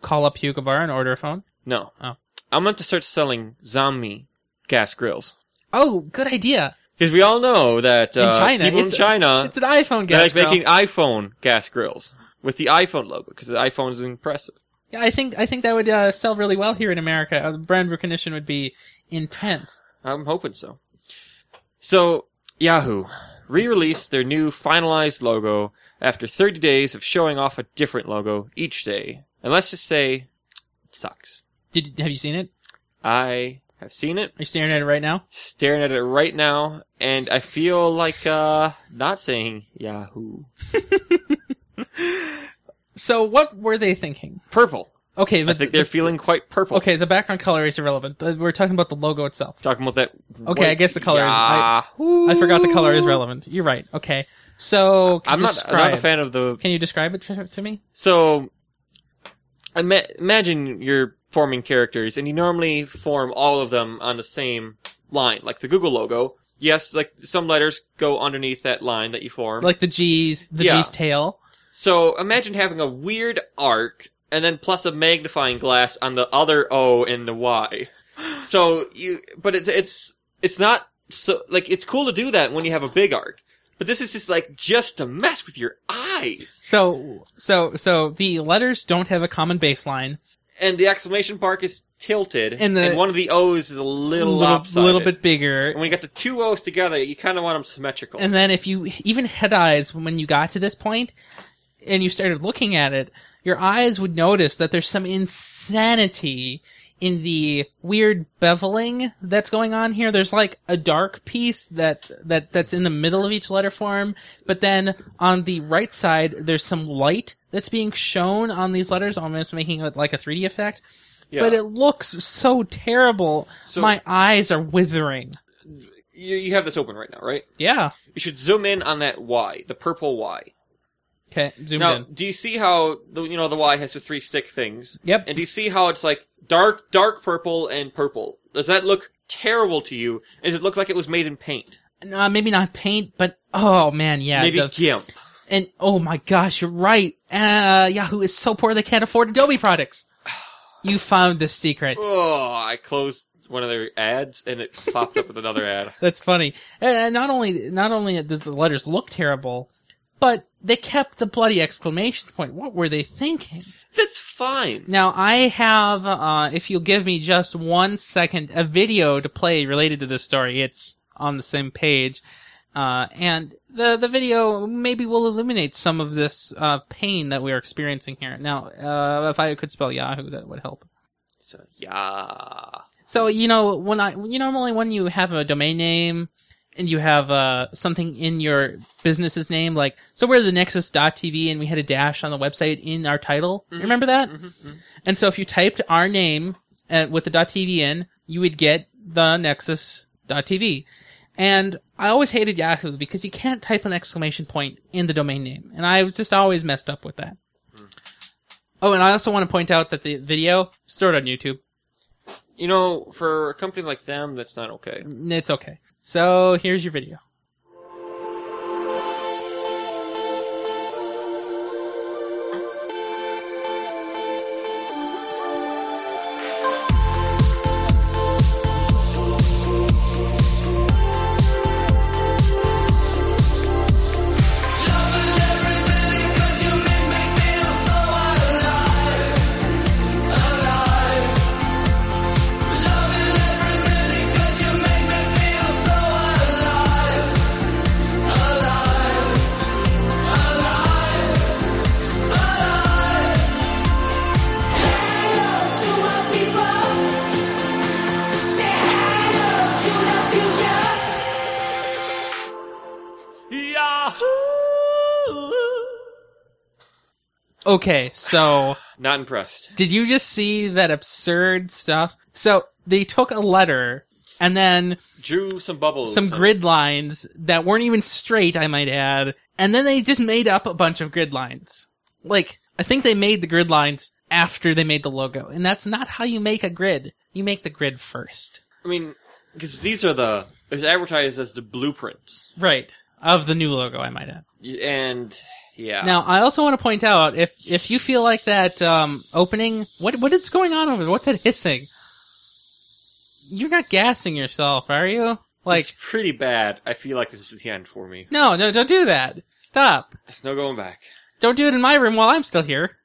Call up Hugo Barra and order a phone. No. Oh. I'm going to start selling zombie gas grills. Oh, good idea. Because we all know that uh, in China, people in it's, China it's an iPhone they gas Uh, like grill. making iPhone gas grills with the iPhone logo because the iPhone is impressive. Yeah, I think I think that would uh, sell really well here in America. Uh, the brand recognition would be intense. I'm hoping so. So, Yahoo re-released their new finalized logo after 30 days of showing off a different logo each day. And let's just say it sucks. Did have you seen it? I have seen it, Are you staring at it right now? staring at it right now, and I feel like uh not saying Yahoo. So what were they thinking? Purple. Okay, but I think they're the- feeling quite purple. Okay, the background color is irrelevant. Uh, We're talking about the logo itself. Talking about that. Okay, I guess the color is- I- Yahoo. I forgot the color is relevant. You're right. Okay, so can I'm you not, I'm describe, not a fan of the Can you describe it to, to me? So Ima- imagine you're forming characters, and you normally form all of them on the same line, like the Google logo. Yes, like some letters go underneath that line that you form. Like the G's, the Yeah. G's tail. so imagine having a weird arc, and then plus a magnifying glass on the other O and the Y. So you, but it's it's it's not so like it's cool to do that when you have a big arc. But this is just like just to mess with your eyes. So, so, so the letters don't have a common baseline. and the exclamation mark is tilted, and, And the- one of the O's is a little lopsided. little bit bigger. And when you got the two O's together, you kind of want them symmetrical. And then if you even had eyes when you got to this point and you started looking at it, your eyes would notice that there's some insanity in the weird beveling that's going on here. There's like a dark piece that, that, that's in the middle of each letter form, but then on the right side, there's some light that's being shown on these letters, almost making it like a 3D effect. yeah. But it looks so terrible. So- My eyes are withering. you, you have this open right now, right? Yeah. You should zoom in on that Y, the purple Y. Okay. Zoomed now, in. do you see how the you know the Y has the three stick things? Yep. And do you see how it's like dark, dark purple, and purple? Does that look terrible to you? Does it look like it was made in paint? No, maybe not paint, but oh man, yeah. Maybe the- gimp. and oh my gosh, you're right. Uh, Yahoo is so poor they can't afford Adobe products. You found the secret. Oh, I closed one of their ads, and it popped up with another ad. That's funny. And- And not only not only did the letters look terrible, but they kept the bloody exclamation point. What were they thinking? That's fine. Now I have, uh, if you'll give me just one second, a video to play related to this story. It's on the same page, uh, and the the video maybe will illuminate some of this uh, pain that we are experiencing here. Now, uh, if I could spell Yahoo, that would help. So, yeah. So you know when I you know normally when you have a domain name and you have uh, something in your business's name, like so we're the Nexus.tv and we had a dash on the website in our title. Mhm. Remember that? Mhm. And so if you typed our name uh, with the .tv in, you would get the nexus.tv. And I always hated Yahoo because you can't type an exclamation point in the domain name. And I was just always messed up with that. Oh, and I also want to point out that the video stored on YouTube. You know, for a company like them, that's not okay. N- It's okay. So here's your video. Yahoo! Okay, so Not impressed. Did you just see that absurd stuff? So they took a letter and then Drew some bubbles. some on- grid lines that weren't even straight, I might add, and then they just made up a bunch of grid lines. Like, I think they made the grid lines after they made the logo, and that's not how you make a grid. You make the grid first. I mean, because these are the. It's advertised as the blueprints. Right. Of the new logo, I might add. Y- And, yeah. Now, I also want to point out if if you feel like that um, opening, what what is going on over there? What's that hissing? You're not gassing yourself, are you? Like, It's pretty bad. I feel like this is the end for me. no, no, don't do that. Stop. There's no going back. Don't do it in my room while I'm still here.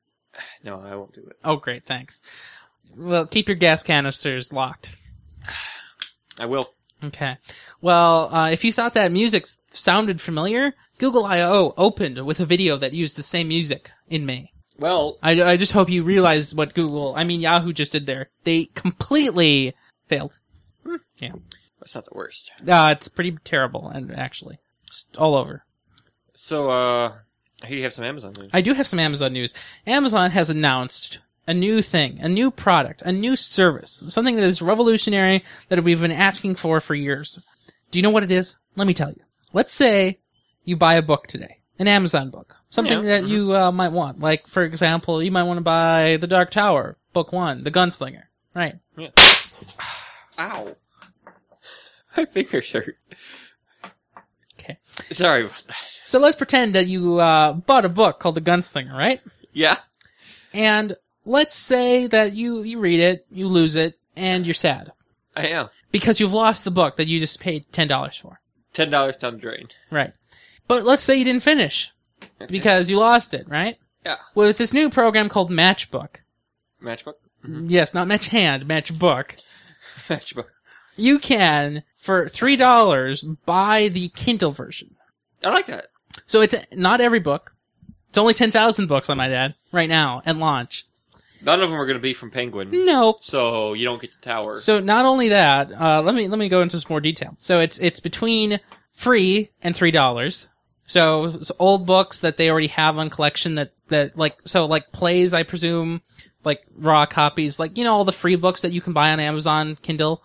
No, I won't do it. Oh, great, thanks. Well, keep your gas canisters locked. I will. Okay. Well, uh, if you thought that music s- sounded familiar, Google I/O opened with a video that used the same music in May. Well, I, I just hope you realize what Google, I mean Yahoo just did there. They completely failed. Hmm. that's not the worst. Uh, it's pretty terrible, and actually, just all over. So, uh, I hear you have some Amazon news. I do have some Amazon news. Amazon has announced a new thing, a new product, a new service, something that is revolutionary that we've been asking for for years. Do you know what it is? Let me tell you. Let's say you buy a book today. an Amazon book, something Yeah, that you uh, might want. Like, for example, you might want to buy The Dark Tower, Book One, The Gunslinger. Right. Ow. My finger hurt. Okay. Sorry about that. So let's pretend that you uh, bought a book called The Gunslinger, right? Yeah. And let's say that you you read it, you lose it, and you're sad I am. because you've lost the book that you just paid ten dollars for. Ten dollars down the drain. Right. But let's say you didn't finish Okay. because you lost it, right? Yeah. Well, with this new program called Matchbook. Matchbook? Mm-hmm. Yes, not match hand, match book. Matchbook. You can for three dollars buy the Kindle version. I like that. So it's not every book. It's only ten thousand books, I might add, right now at launch. None of them are going to be from Penguin, No. so you don't get the tower. So not only that, uh, let me let me go into some more detail. So it's it's between free and three dollars. So it's old books that they already have on collection that that like so like plays I presume like raw copies like you know all the free books that you can buy on Amazon Kindle.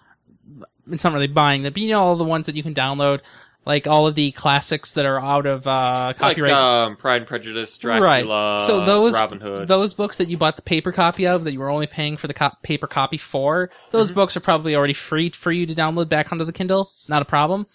It's not really buying them, but you know all the ones that you can download, like all of the classics that are out of uh, like copyright. um, Pride and Prejudice, Dracula, So those Robin Hood. those books that you bought the paper copy of that you were only paying for the co- paper copy for, those books are probably already free for you to download back onto the Kindle. Not a problem.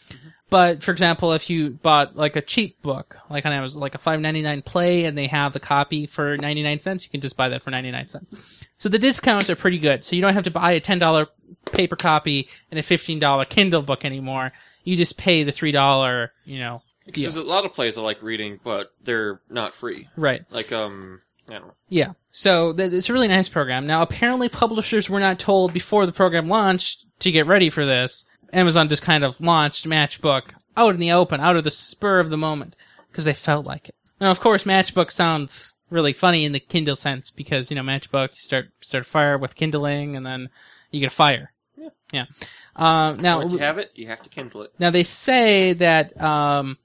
But for example, if you bought like a cheap book, like on Amazon, like a five ninety nine play, and they have the copy for ninety nine cents, you can just buy that for ninety nine cents. So the discounts are pretty good. So you don't have to buy a ten dollar paper copy and a fifteen dollar Kindle book anymore. You just pay the three dollar, you know, Because there's a lot of plays I like reading, but they're not free. right. Like, um, I don't know. Yeah. So th- it's a really nice program. Now, apparently, publishers were not told before the program launched to get ready for this. Amazon just kind of launched Matchbook out in the open, out of the spur of the moment, because they felt like it. Now, of course, Matchbook sounds really funny in the Kindle sense because you know Matchbook, you start start a fire with kindling, and then you get a fire. Yeah. Yeah. Uh, now, Once you have it, you have to kindle it. now they say that um,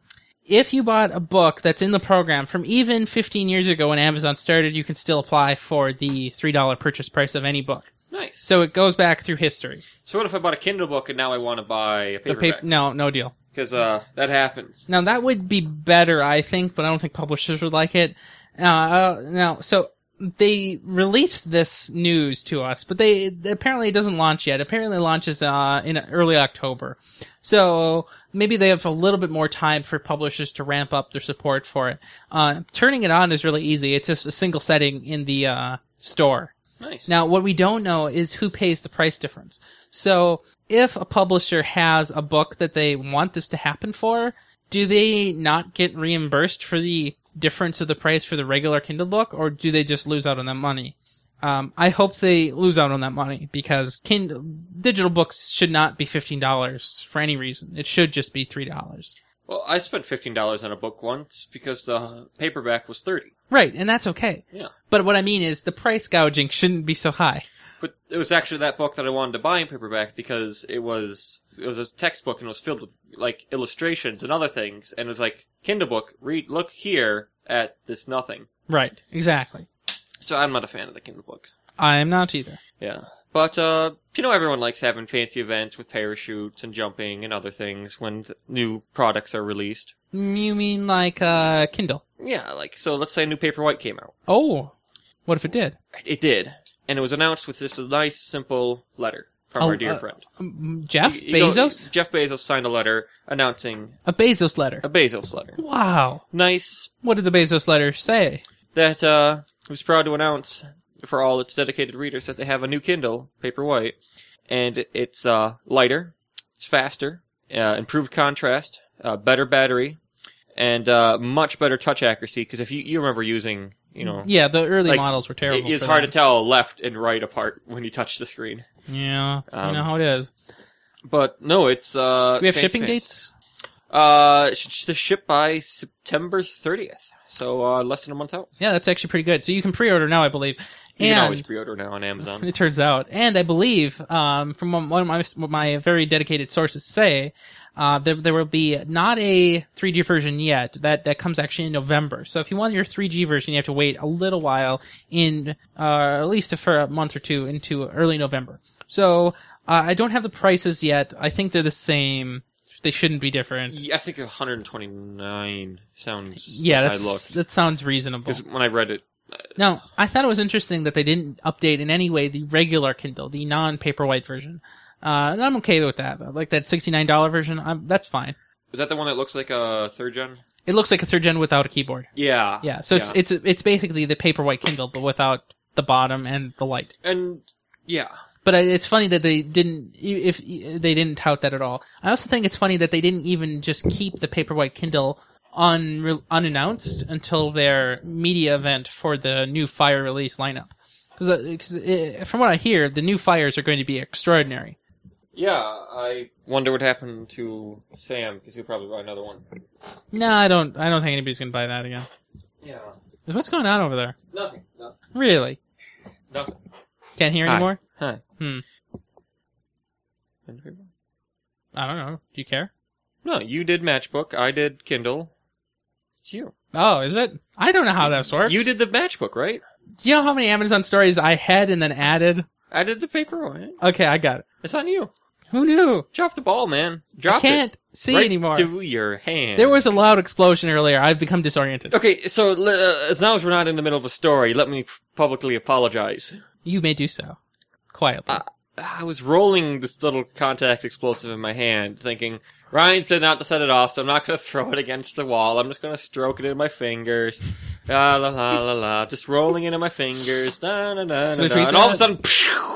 if you bought a book that's in the program from even 15 years ago when Amazon started, you can still apply for the three dollar purchase price of any book. Nice. So it goes back through history. So what if I bought a Kindle book and now I want to buy a The paperback? pap- no, no deal. Because uh, that happens. Now that would be better, I think, but I don't think publishers would like it. Uh, uh, now, so they released this news to us, but they apparently it doesn't launch yet. Apparently, it launches uh, in early October, so maybe they have a little bit more time for publishers to ramp up their support for it. Uh, turning it on is really easy. It's just a single setting in the uh, store. Nice. Now, what we don't know is who pays the price difference. So, if a publisher has a book that they want this to happen for, do they not get reimbursed for the difference of the price for the regular Kindle book, or do they just lose out on that money? Um, I hope they lose out on that money because Kindle digital books should not be fifteen dollars for any reason. It should just be three dollars. well, I spent fifteen dollars on a book once because the paperback was thirty. Right, and that's okay. Yeah. But what I mean is the price gouging shouldn't be so high. But it was actually that book that I wanted to buy in paperback because it was it was a textbook and it was filled with like illustrations and other things, and it was like Kindle book. Read, look here at this nothing. Right, exactly. So I'm not a fan of the Kindle books. I am not either. Yeah. But uh, you know, everyone likes having fancy events with parachutes and jumping and other things when th- new products are released. You mean like uh, Kindle? Yeah, like so. Let's say a new Paperwhite came out. Oh, what if it did? It did, and it was announced with this nice, simple letter from Oh, our dear uh, friend Um, Jeff You know, Bezos, Jeff Bezos signed a letter announcing a Bezos letter. a Bezos letter. Wow, Nice what did the Bezos letter say? that uh, it was proud to announce for all its dedicated readers that they have a new Kindle Paperwhite, and it's uh, lighter, it's faster, uh, improved contrast, uh, better battery, and uh, much better touch accuracy. Because if you you remember using, you know. Yeah, the early Like, models were terrible. It is for hard that. to tell left and right apart when you touch the screen. Yeah, I Um, know how it is. But no, it's uh Do we have fancy shipping pants. dates? Uh, it should sh- ship by September 30th. So uh, less than a month out. Yeah, that's actually pretty good. So you can pre-order now, I believe. You and can always pre-order now on Amazon. it turns out, and I believe um, from one of my what my very dedicated sources say. Uh, there, there will be not a 3G version yet. That that comes actually in November. So if you want your 3G version, you have to wait a little while in, uh, at least for a month or two into early November. So uh, I don't have the prices yet. I think they're the same they shouldn't be different. Yeah, I think 129 sounds. Yeah, I that's, looked that sounds reasonable. because when I read it, No, I thought it was interesting that they didn't update in any way the regular Kindle, the non-paperwhite version. Uh, and I'm okay with that. though. Like that $69 version, I'm, that's fine. is that the one that looks like a third gen? It looks like a third gen without a keyboard. Yeah, Yeah, so it's it's it's basically the paperwhite Kindle, but without the bottom and the light. and yeah, But I- it's funny that they didn't e, if they didn't tout that at all. I also think it's funny that they didn't even just keep the paperwhite Kindle un, unannounced until their media event for the new Fire release lineup. Because uh, from what I hear, the new Fires are going to be extraordinary. yeah. I wonder what happened to Sam because he'll probably buy another one. No, I don't. I don't think anybody's going to buy that again. Yeah, What's going on over there? nothing, no, Really? nothing. Can't hear Hi. anymore. Huh. Hmm. I don't know. Do you care? No, you did Matchbook. I did Kindle. It's you. Oh, is it? I don't know how that works. You did the Matchbook, right? Do you know how many Amazon stories I had and then added? I did the paper one. Okay, I got it. It's on you. Who knew? Drop the ball, man. Drop I can't it. see Right anymore. through your hand. There was a loud explosion earlier. I've become disoriented. Okay, so uh, as long as we're not in the middle of a story, let me publicly apologize. You may do so. Quietly. I was rolling this little contact explosive in my hand, thinking Ryan said not to set it off, so I'm not going to throw it against the wall. I'm just going to stroke it in my fingers. la la la la la, just rolling it in my fingers. Da, da, da, da, So da. tweet And all of a that. sudden,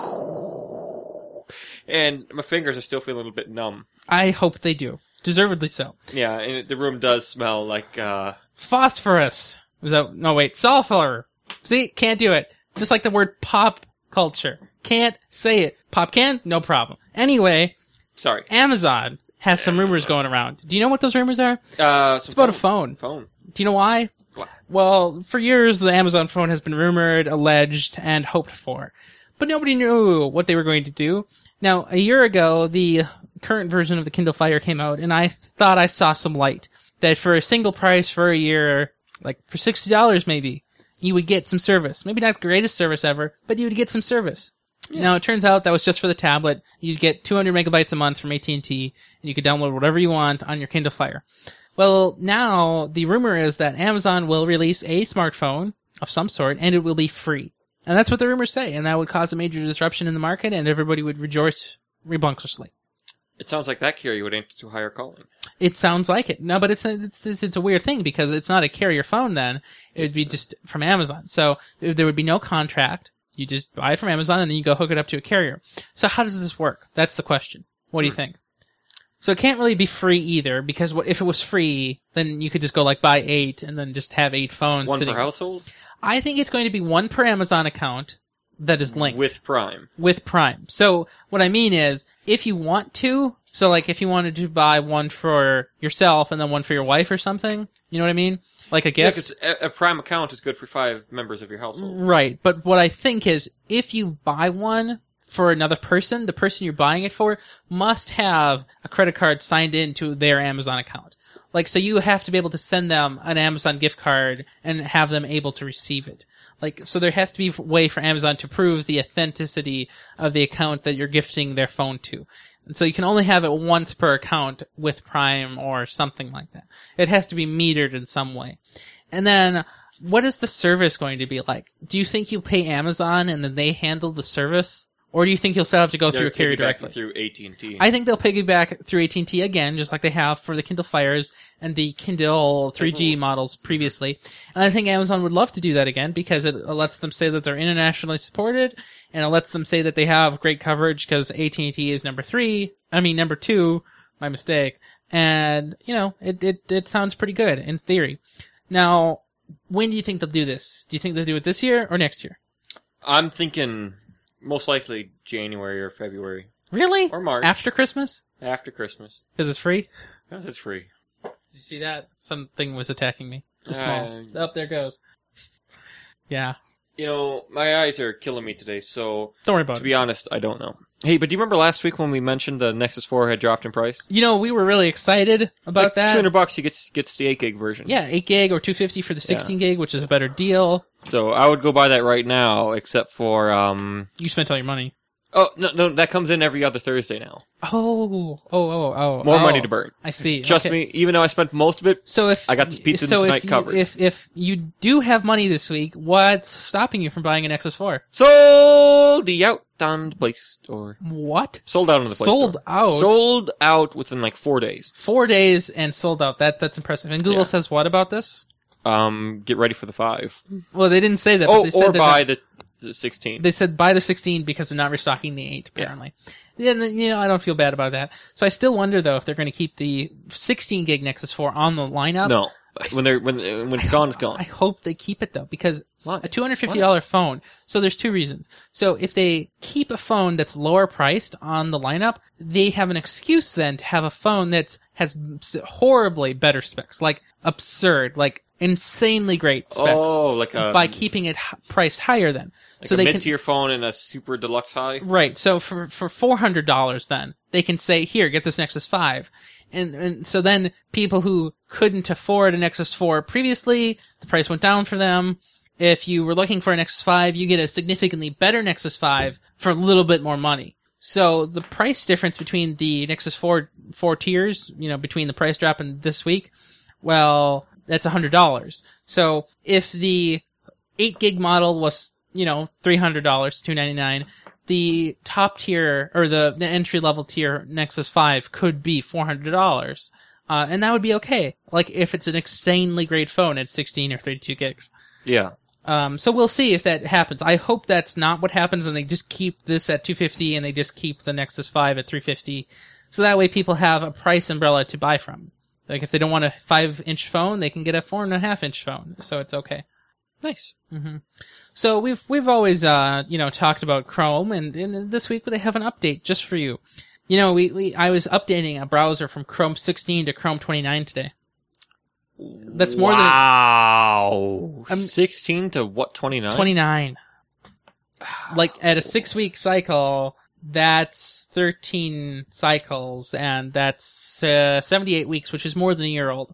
and my fingers are still feeling a little bit numb. I hope they do. Deservedly so. Yeah, and it- the room does smell like uh, Phosphorus. Was that? No, wait. Sulfur. See? Can't do it. Just like the word pop culture. Can't say it. Pop can? No problem. Anyway, sorry. Amazon has some rumors going around. Do you know what those rumors are? Uh, some It's about a phone. phone. Do you know why? What? Well, for years, the Amazon phone has been rumored, alleged, and hoped for. But nobody knew what they were going to do. Now, a year ago, the current version of the Kindle Fire came out, and I thought I saw some light. That for a single price for a year, like for $60 maybe, you would get some service. Maybe not the greatest service ever, but you would get some service. Now, it turns out that was just for the tablet. You'd get 200 megabytes a month from AT&T, and you could download whatever you want on your Kindle Fire. Well, now the rumor is that Amazon will release a smartphone of some sort and it will be free. And that's what the rumors say. And that would cause a major disruption in the market and everybody would rejoice rebunklessly. It sounds like that carrier would answer to higher calling. It sounds like it. No, but it's, it's, it's, it's a weird thing because it's not a carrier phone then. It would be just from Amazon. So there there would be no contract. You just buy it from Amazon and then you go hook it up to a carrier. So how does this work? That's the question. What Hmm. do you think? So it can't really be free either because what, if it was free, then you could just go like buy eight and then just have eight phones One sitting. per household I think it's going to be one per Amazon account that is linked with Prime. with Prime. So what I mean is, if you want to, so like if you wanted to buy one for yourself and then one for your wife or something, you know what I mean? Like a Yeah, gift. because a, a Prime account is good for five members of your household. right. But what I think is, if you buy one for another person, the person you're buying it for must have a credit card signed into their Amazon account. Like, so you have to be able to send them an Amazon gift card and have them able to receive it. Like, so there has to be a way for Amazon to prove the authenticity of the account that you're gifting their phone to. And so you can only have it once per account with Prime or something like that. It has to be metered in some way. And then, what is the service going to be like? Do you think you pay Amazon and then they handle the service? Or do you think you'll still have to go through a They're carrier piggybacking directly? through AT and T. I think they'll piggyback through AT&T again, just like they have for the Kindle Fires and the Kindle 3G models previously. And I think Amazon would love to do that again because it lets them say that they're internationally supported and it lets them say that they have great coverage because AT&T is number three. I mean, number two, my mistake. And, you know, it, it, it sounds pretty good in theory. Now, when do you think they'll do this? Do you think they'll do it this year or next year? I'm thinking most likely January or February Really? or March After Christmas? after Christmas Because it's free? because it's free. Did you see that? Something was attacking me. It was Uh, small. Up there it goes. Yeah. You know, my eyes are killing me today. So Don't worry about to it. be honest, I don't know. Hey, but do you remember last week when we mentioned the Nexus Four had dropped in price? you know, we were really excited about like that. two hundred bucks, you get gets the eight gig version. Yeah, eight gig or two fifty for the sixteen gig, which is a better deal. So I would go buy that right now, except for um, You spent all your money. Oh no, no, that comes in every other Thursday now. Oh, oh, oh, oh. More oh. money to burn. I see. Trust Okay. me, even though I spent most of it, So if I got this pizza so tonight if you, covered. If if you do have money this week, what's stopping you from buying an Nexus Four? sold out on the Play Store. What? Sold out on the Play Sold Store. out. Sold out within like four days. Four days and sold out. That that's impressive. And Google Yeah. says what about this? Um, get ready for the five. Well, they didn't say that. but Oh, they said or that by the, the sixteen. They said buy the 16 because they're not restocking the 8, Yeah. apparently. Yeah. and, you know, I don't feel bad about that. So I still wonder, though, if they're going to keep the 16 gig Nexus 4 on the lineup. no, when they're when when it's gone, it's gone. I hope they keep it, though, because Why? a $250 phone. So there's two reasons. So if they keep a phone that's lower priced on the lineup, they have an excuse then to have a phone that's has horribly better specs, like absurd, like insanely great specs. Oh, like a by keeping it h- priced higher, then like so a they can mid-tier phone and a super deluxe high. Right. So for for four hundred dollars, then they can say, "Here, get this Nexus 5. and and so then people who couldn't afford a Nexus Four previously, the price went down for them. If you were looking for a Nexus Five, you get a significantly better Nexus Five for a little bit more money. So the price difference between the Nexus Four four tiers, you know, between the price drop and this week, well, that's hundred dollars. So if the eight gig model was you know three hundred dollars, two ninety nine. The top tier or the, the entry level tier Nexus Five could be four hundred dollars, uh, and that would be okay. Like if it's an insanely great phone at sixteen or thirty two gigs. Yeah, Um, so we'll see if that happens. I hope that's not what happens, and they just keep this at two fifty, and they just keep the Nexus Five at three fifty, so that way people have a price umbrella to buy from. Like if they don't want a five inch phone, they can get a four and a half inch phone, so it's okay. nice. hmm So we've we've always uh, you know talked about Chrome, and, and this week they have an update just for you. You know, we, we I was updating a browser from Chrome 16 to Chrome 29 today. That's more than- wow. I'm- sixteen to what twenty nine? 29. Like at a six week cycle, that's 13 cycles, and that's uh, 78 weeks, which is more than a year old.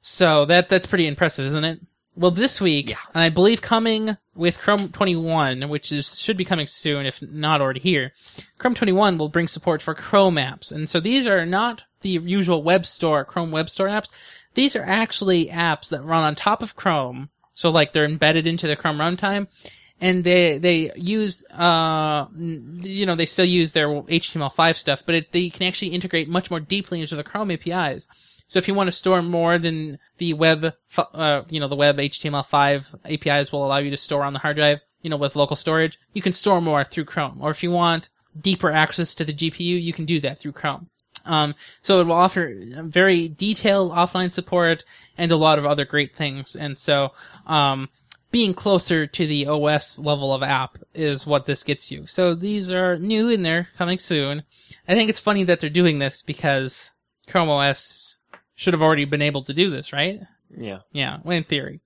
So that that's pretty impressive, isn't it? Well, this week, Yeah. and I believe coming with Chrome 21, which is should be coming soon, if not already here, Chrome 21 will bring support for Chrome apps. And so these are not the usual web store, Chrome web store apps. These are actually apps that run on top of Chrome. So like they're embedded into the Chrome runtime and they, they use, uh, n- you know, they still use their HTML5 stuff, but it, they can actually integrate much more deeply into the Chrome APIs. So if you want to store more than the web, fu- uh, you know, the web HTML5 APIs will allow you to store on the hard drive, you know, with local storage, you can store more through Chrome. Or if you want deeper access to the GPU, you can do that through Chrome. Um, so it will offer very detailed offline support and a lot of other great things. And so, um, being closer to the OS level of app is what this gets you. So these are new and they're coming soon. I think it's funny that they're doing this because Chrome OS should have already been able to do this, right? Yeah, Yeah, well, in theory.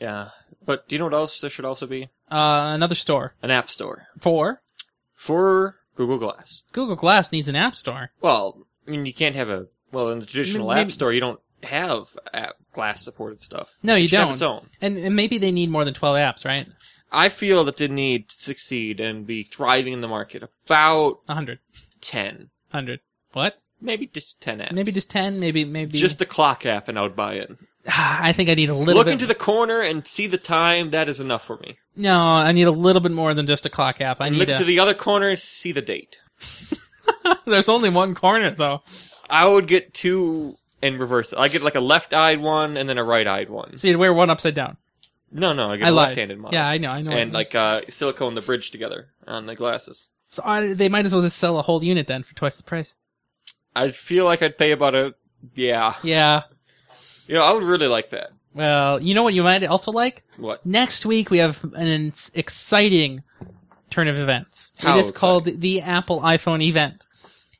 yeah. But do you know what else there should also be? Uh, another store An app store for for Google Glass. Google Glass needs an app store. Well, I mean, you can't have a well in the traditional Maybe- app store. You don't have app glass supported stuff. No, you It should have don't. its own. And, and maybe they need more than 12 apps, right? I feel that they need to succeed and be thriving in the market about 100. ten, 100. What? maybe just ten apps. Maybe just 10, maybe, maybe. just a clock app, and I would buy it. I think I need a little Look bit. into the corner and see the time. That is enough for me. no, I need a little bit more than just a clock app. I And need look a. to the other corner and see the date. There's only one corner, though. I would get two in reverse. I get like a left-eyed one and then a right-eyed one. So you'd wear one upside down. No, no, I get I a lied. left-handed model. Yeah, I know, I know. and like uh, silicone the bridge together on the glasses. so I, they might as well just sell a whole unit then for twice the price. I feel like I'd pay about a yeah. Yeah. You know, I would really like that. Well, you know what you might also like? What? Next week we have an exciting turn of events. How it is called the Apple iPhone event.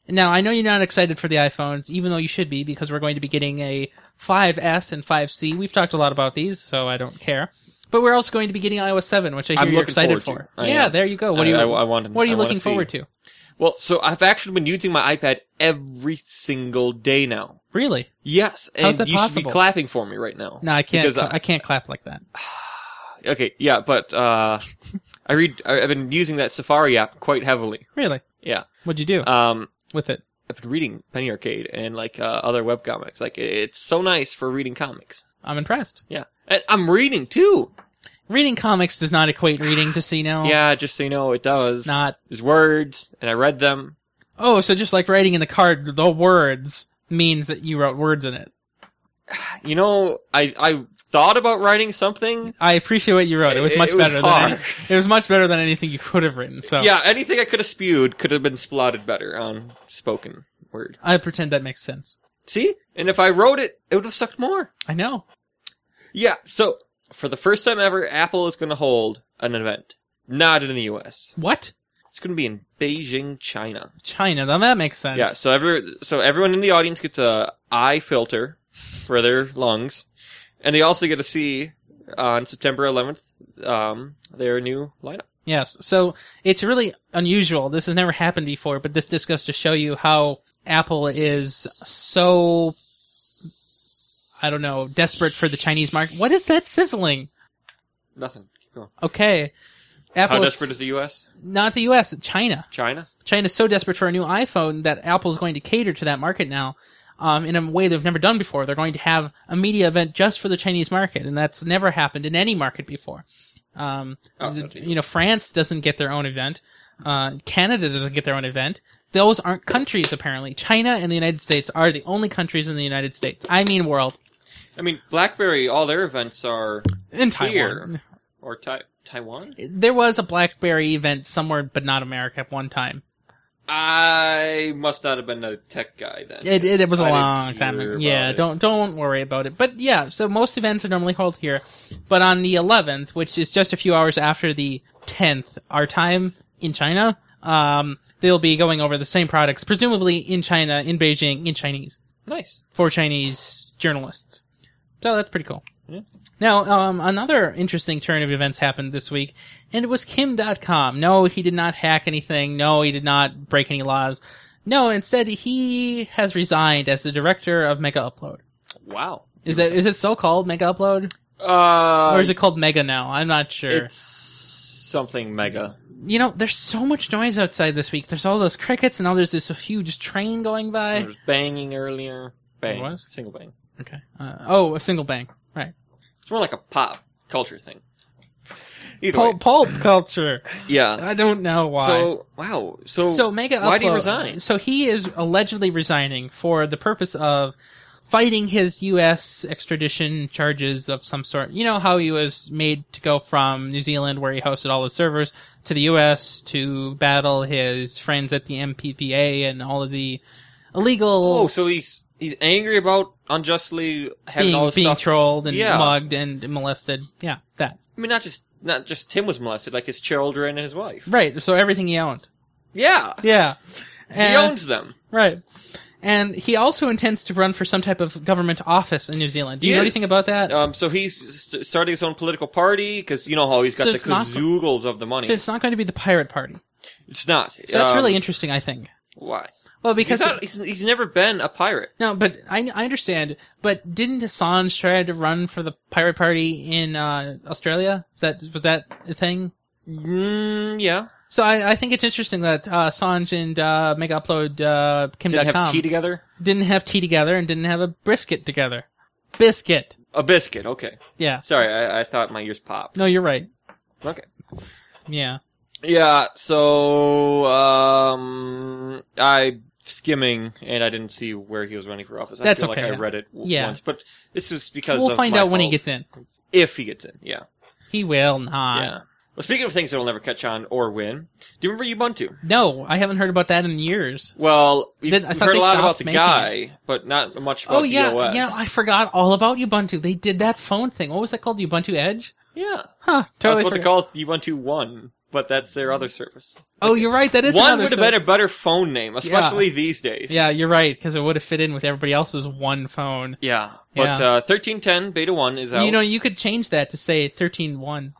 Now, I know you're not excited for the iPhones, even though you should be, because we're going to be getting a 5S and 5C. We've talked a lot about these, so I don't care. But we're also going to be getting iOS 7, which I hear I'm you're looking excited forward for. to. I Yeah, am. there you go. What I, are you, I, I want to, what are you I wanna looking see. forward to? Well, so I've actually been using my iPad every single day now. Really? Yes, and How's that you should possible? be clapping for me right now. No, I can't. Because cla- I- I can't clap like that. okay, yeah, but uh, I read. I- I've been using that Safari app quite heavily. Really? Yeah. What'd you do Um, with it? I've been reading Penny Arcade and like uh, other webcomics. Like it- it's so nice for reading comics. I'm impressed. Yeah, and I'm reading too. Reading comics does not equate reading to see now. Yeah, just so you know, it does. Not. There's words, and I read them. Oh, so just like writing in the card, the words means that you wrote words in it. You know, I I thought about writing something. I appreciate what you wrote. It was much better than hard. any- it was much better than anything you could have written. So Yeah, anything I could have spewed could have been splotted better on spoken word. I pretend that makes sense. See? And if I wrote it, it would have sucked more. I know. Yeah, so for the first time ever, Apple is going to hold an event. Not in the US. What? It's going to be in Beijing, China. China. Now that makes sense. Yeah, so every so everyone in the audience gets a eye filter for their lungs, and they also get to see on September 11th um, their new lineup. Yes. So it's really unusual. This has never happened before, but this just goes to show you how Apple is so, I don't know, desperate for the Chinese market. What is that sizzling? Nothing. Keep going. Okay. Apple How is- desperate is the US? not the US, China. China? China's so desperate for a new iPhone that Apple's going to cater to that market now um, in a way they've never done before. They're going to have a media event just for the Chinese market, and that's never happened in any market before. Um, Oh, you so do you. know, France doesn't get their own event. Uh, Canada doesn't get their own event. Those aren't countries, apparently. China and the United States are the only countries in the United States. I mean, world. I mean, BlackBerry, all their events are In Taiwan. Here. or Tai Taiwan. There was a BlackBerry event somewhere, but not America at one time. I must not have been a tech guy then. It, it, it was a I didn't long time hear ago. about Yeah, it. don't don't worry about it. But yeah, so most events are normally held here, but on the 11th, which is just a few hours after the 10th, our time in China, um, they'll be going over the same products, presumably in China, in Beijing, in Chinese Nice. for Chinese journalists. So that's pretty cool. Yeah. Now, um, another interesting turn of events happened this week, and it was Kim.com. No, he did not hack anything. No, he did not break any laws. No, instead, he has resigned as the director of Mega Upload. Wow. Is that is it so called Mega Upload, Uh, or is it called Mega now? I'm not sure. It's something mega. you know, there's so much noise outside this week. There's all those crickets, and now there's this huge train going by. There was banging earlier. Bang. There Eh. was? Single bang. Okay. Uh, oh, a single bang. Right. It's more like a pop culture thing. Either Pul- way, pulp culture. yeah. I don't know why. So wow. So so Mega why did he Upload- resign? So he is allegedly resigning for the purpose of fighting his U.S. extradition charges of some sort. You know how he was made to go from New Zealand, where he hosted all his servers, to the U.S. to battle his friends at the MPPA and all of the Oh, illegal so he's he's angry about unjustly having all being this being stuff. trolled and Yeah. mugged and molested. Yeah, that I mean, not just not just him was molested, like his children and his wife. right. So everything he owned. Yeah, Yeah. he And- owns them. Right. And he also intends to run for some type of government office in New Zealand. Do you He know is. anything about that? Um, so he's st- starting his own political party because you know how he's got So the it's not- kazoogles of the money. so it's not going to be the pirate party. It's not. So that's Um, really interesting, I think. why Well, because because he's, not, he's, he's never been a pirate. no, but I, I understand. But didn't Assange try to run for the pirate party in uh, Australia? Is that was that a thing? Mm, yeah, So I, I think it's interesting that uh, Assange and uh, Mega Upload uh, Kim.com didn't have tea together. didn't have tea together and didn't have a brisket together. Biscuit. A biscuit. Okay, Yeah. sorry, I, I thought my ears popped. No, you're right. Okay. Yeah. Yeah. So um, I skimming and I didn't see where he was running for office. That's I feel okay, Like I yeah. read it w- Yeah. once, but this is because We'll of find my out when he fault. gets in. if he gets in. Yeah. He will not. yeah. Well, speaking of things that will never catch on or win, do you remember Ubuntu? No, I haven't heard about that in years. Well, we've, Then I we've thought heard they a lot about stopped the making guy, but not much about oh yeah, the OS. yeah. I forgot all about Ubuntu. They did that phone thing. What was that called? Ubuntu Edge? yeah. Huh? I was Totally. about to forgot. call it Ubuntu One, but that's their other service. oh, you're right. That is one another would have ser- been a better phone name, especially these days. Yeah, you're right because it would have fit in with everybody else's one phone. Yeah. But Yeah. Uh, 1310 Beta 1 is out. You know, you could change that to say thirteen one.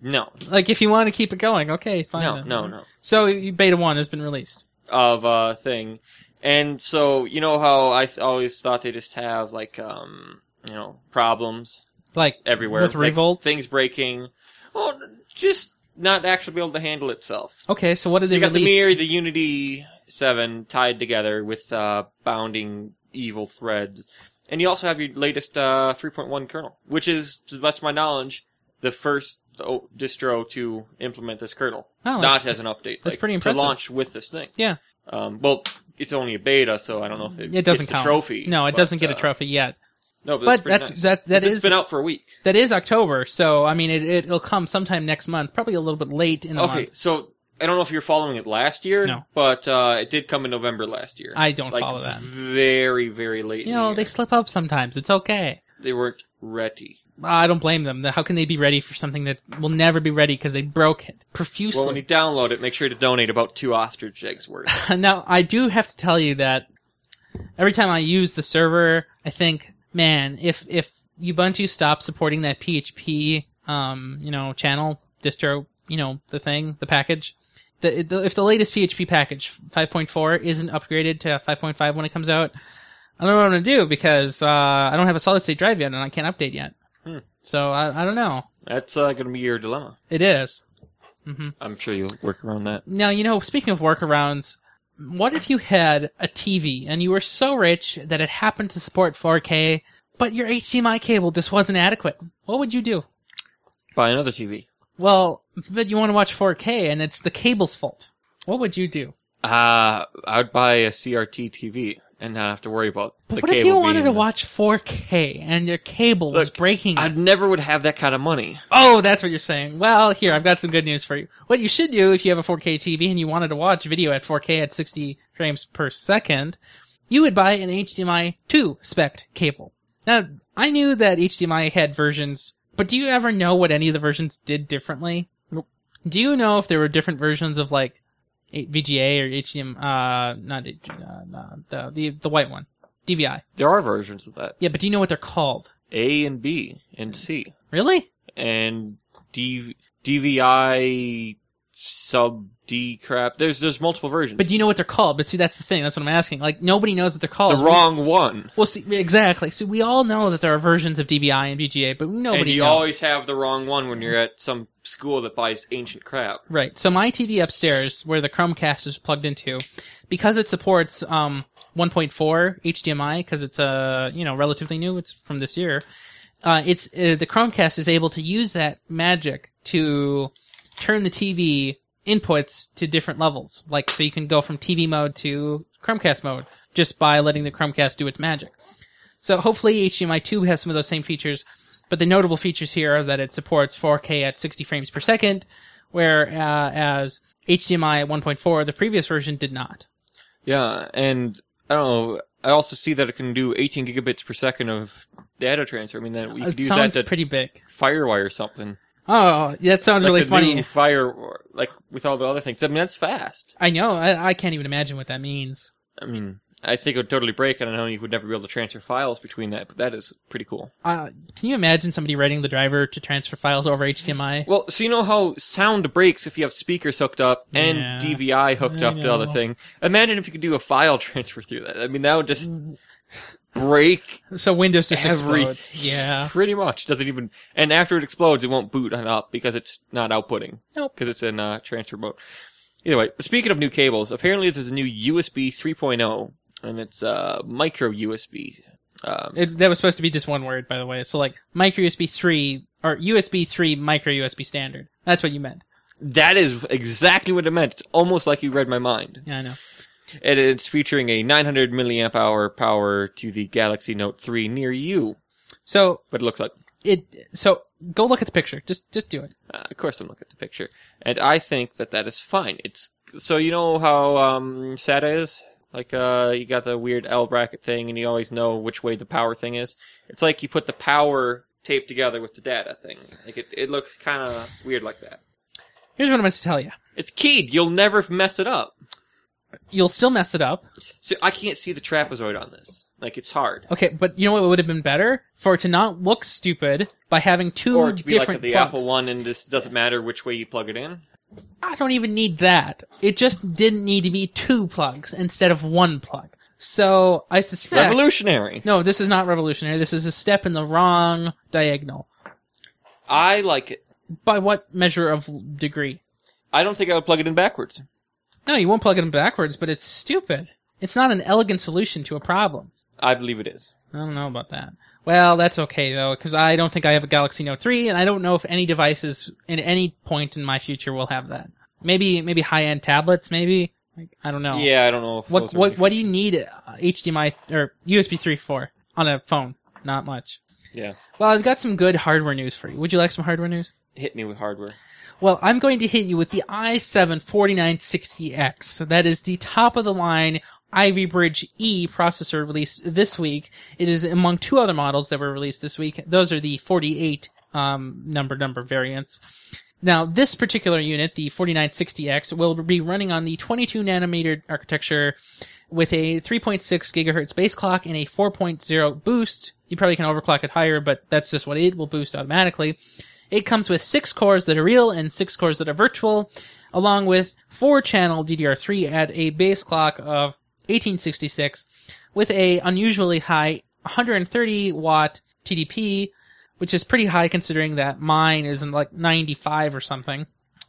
no. Like if you want to keep it going, okay, fine. No, then. no, no. So you- beta one has been released. Of uh, thing. And so, you know how I th- always thought they just have, like, um, you know, problems? Like everywhere. With like, revolts? things breaking. Well, just not actually be able to handle itself. okay, so what did So Oh, they you got release? the mirror, the Unity Seven tied together with uh, bounding evil threads, and you also have your latest uh, 3.1 kernel, which is, to the best of my knowledge, the first oh, distro to implement this kernel, Oh, that's- not as an update. that's like, pretty to impressive. launch with this thing. Yeah. Um, well, it's only a beta, so I don't know if it, it doesn't gets count. the trophy. No, it but, doesn't get a uh, trophy yet. No, but, But that's, that's, pretty nice. that that 'Cause is it's been out for a week. that is October. So I mean, it, it it'll come sometime next month. Probably a little bit late in the Okay, month. so I don't know if you're following it last year, No. but uh, it did come in November last year. I don't like, follow that. Very, very late. You in the know, year. they slip up sometimes. It's okay. they weren't ready. I don't blame them. How can they be ready for something that will never be ready because they broke it profusely? Well, when you download it, make sure to donate about two ostrich eggs worth. now I do have to tell you that every time I use the server, I think, man, if if Ubuntu stops supporting that PHP, um, you know, channel distro, you know, the thing, the package, the, the if the latest PHP package 5.4 isn't upgraded to 5.5 when it comes out, I don't know what I'm gonna do because uh, I don't have a solid state drive yet and I can't update yet. Hmm. So I, I don't know. That's uh, going to be your dilemma. It is. Mm-hmm. I'm sure you'll work around that. Now, you know, speaking of workarounds, what if you had a TV and you were so rich that it happened to support 4K, but your HDMI cable just wasn't adequate? What would you do? Buy another TV. Well, but you want to watch 4K and it's the cable's fault. What would you do? Uh, I would buy a CRT TV and not have to worry about But the what if cable you wanted being- to watch 4K and your cable was Look, breaking? I never would have that kind of money. Oh, that's what you're saying. Well, here, I've got some good news for you. What you should do if you have a 4K TV and you wanted to watch video at 4K at 60 frames per second, you would buy an HDMI 2 spec cable. Now, I knew that HDMI had versions, but do you ever know what any of the versions did differently? Nope. Do you know if there were different versions of like eh, VGA or HDMI, uh, not, HDMI, uh, the, the, the white one? DVI. There are versions of that. Yeah, but do you know what they're called? A and B and C. Really? and D- DVI sub D crap. There's there's multiple versions. But do you know what they're called? But see, that's the thing. That's what I'm asking. Like, nobody knows what they're called. the wrong one. Well, see, exactly. So we all know that there are versions of DVI and VGA, but nobody and you knows. always have the wrong one when you're at some school that buys ancient crap. Right. So my TV upstairs, where the Chromecast is plugged into, because it supports um, 1.4 HDMI, because it's uh, you know relatively new, it's from this year. Uh, it's uh, the Chromecast is able to use that magic to turn the TV inputs to different levels. Like so, you can go from TV mode to Chromecast mode just by letting the Chromecast do its magic. So hopefully HDMI 2 has some of those same features, but the notable features here are that it supports 4K at 60 frames per second, uh, whereas HDMI 1.4, the previous version, did not. Yeah, and I don't know. I also see that it can do 18 gigabits per second of data transfer. I mean, that we It could use that sounds to pretty big. FireWire or something. Oh, that sounds like really the funny. New Fire, like with all the other things. I mean, that's fast. I know. I, I can't even imagine what that means. I mean, I think it would totally break, and I know you would never be able to transfer files between that. But that is pretty cool. Uh, can you imagine somebody writing the driver to transfer files over HDMI? Well, so you know how sound breaks if you have speakers hooked up and Yeah. DVI hooked I up to the other know. thing. Imagine if you could do a file transfer through that. I mean, that would just Mm. break So Windows just everything. explodes. Yeah. Pretty much. Doesn't even, and after it explodes, it won't boot it up because it's not outputting. Nope. Because it's in uh, transfer mode. Either way, speaking of new cables, apparently there's a new USB 3.0 and it's uh, micro USB. Um, It, that was supposed to be just one word, by the way. So like micro USB 3 or USB 3 micro USB standard. That's what you meant. that is exactly what it meant. It's almost like you read my mind. Yeah, I know. and it's featuring a 900 milliamp hour power to the Galaxy Note 3 near you. So But it looks like, it so go look at the picture. Just just do it. uh, of course, I'm looking at the picture, and I think that that is fine. It's so you know how um, SATA is. Like uh, you got the weird L bracket thing, and you always know which way the power thing is. It's like you put the power tape together with the data thing. Like it, it looks kind of weird like that. Here's what I'm going to tell you. It's keyed. You'll never mess it up. You'll still mess it up. So I can't see the trapezoid on this. Like it's hard. Okay, but you know what would have been better for it to not look stupid by having two Or to be different like the plugs. Apple One, and this doesn't matter which way you plug it in. I don't even need that. It just didn't need to be two plugs instead of one plug. So I suspect Revolutionary. no, this is not revolutionary. This is a step in the wrong diagonal. I like it. By what measure of degree? I don't think I would plug it in backwards. No, you won't plug it in backwards, but it's stupid. It's not an elegant solution to a problem. I believe it is. I don't know about that. Well, that's okay though, because I don't think I have a Galaxy Note 3, and I don't know if any devices at any point in my future will have that. Maybe, maybe high-end tablets, maybe. Like, I don't know. Yeah, I don't know. If Oh. What, those are what, really- what do you need uh, HDMI or USB 3 for on a phone? Not much. Yeah, Well, I've got some good hardware news for you. Would you like some hardware news? hit me with hardware. Well, I'm going to hit you with the i7 4960X. So that is the top of the line Ivy Bridge E processor released this week. It is among two other models that were released this week. Those are the 48 um, number number variants. Now, this particular unit, the 4960X, will be running on the 22 nanometer architecture with a 3.6 gigahertz base clock and a 4.0 boost. You probably can overclock it higher, but that's just what it will boost automatically. It comes with six cores that are real and six cores that are virtual, along with four channel DDR3 at a base clock of 1866 with a unusually high 130 watt TDP, which is pretty high considering that mine is in like 95 or something.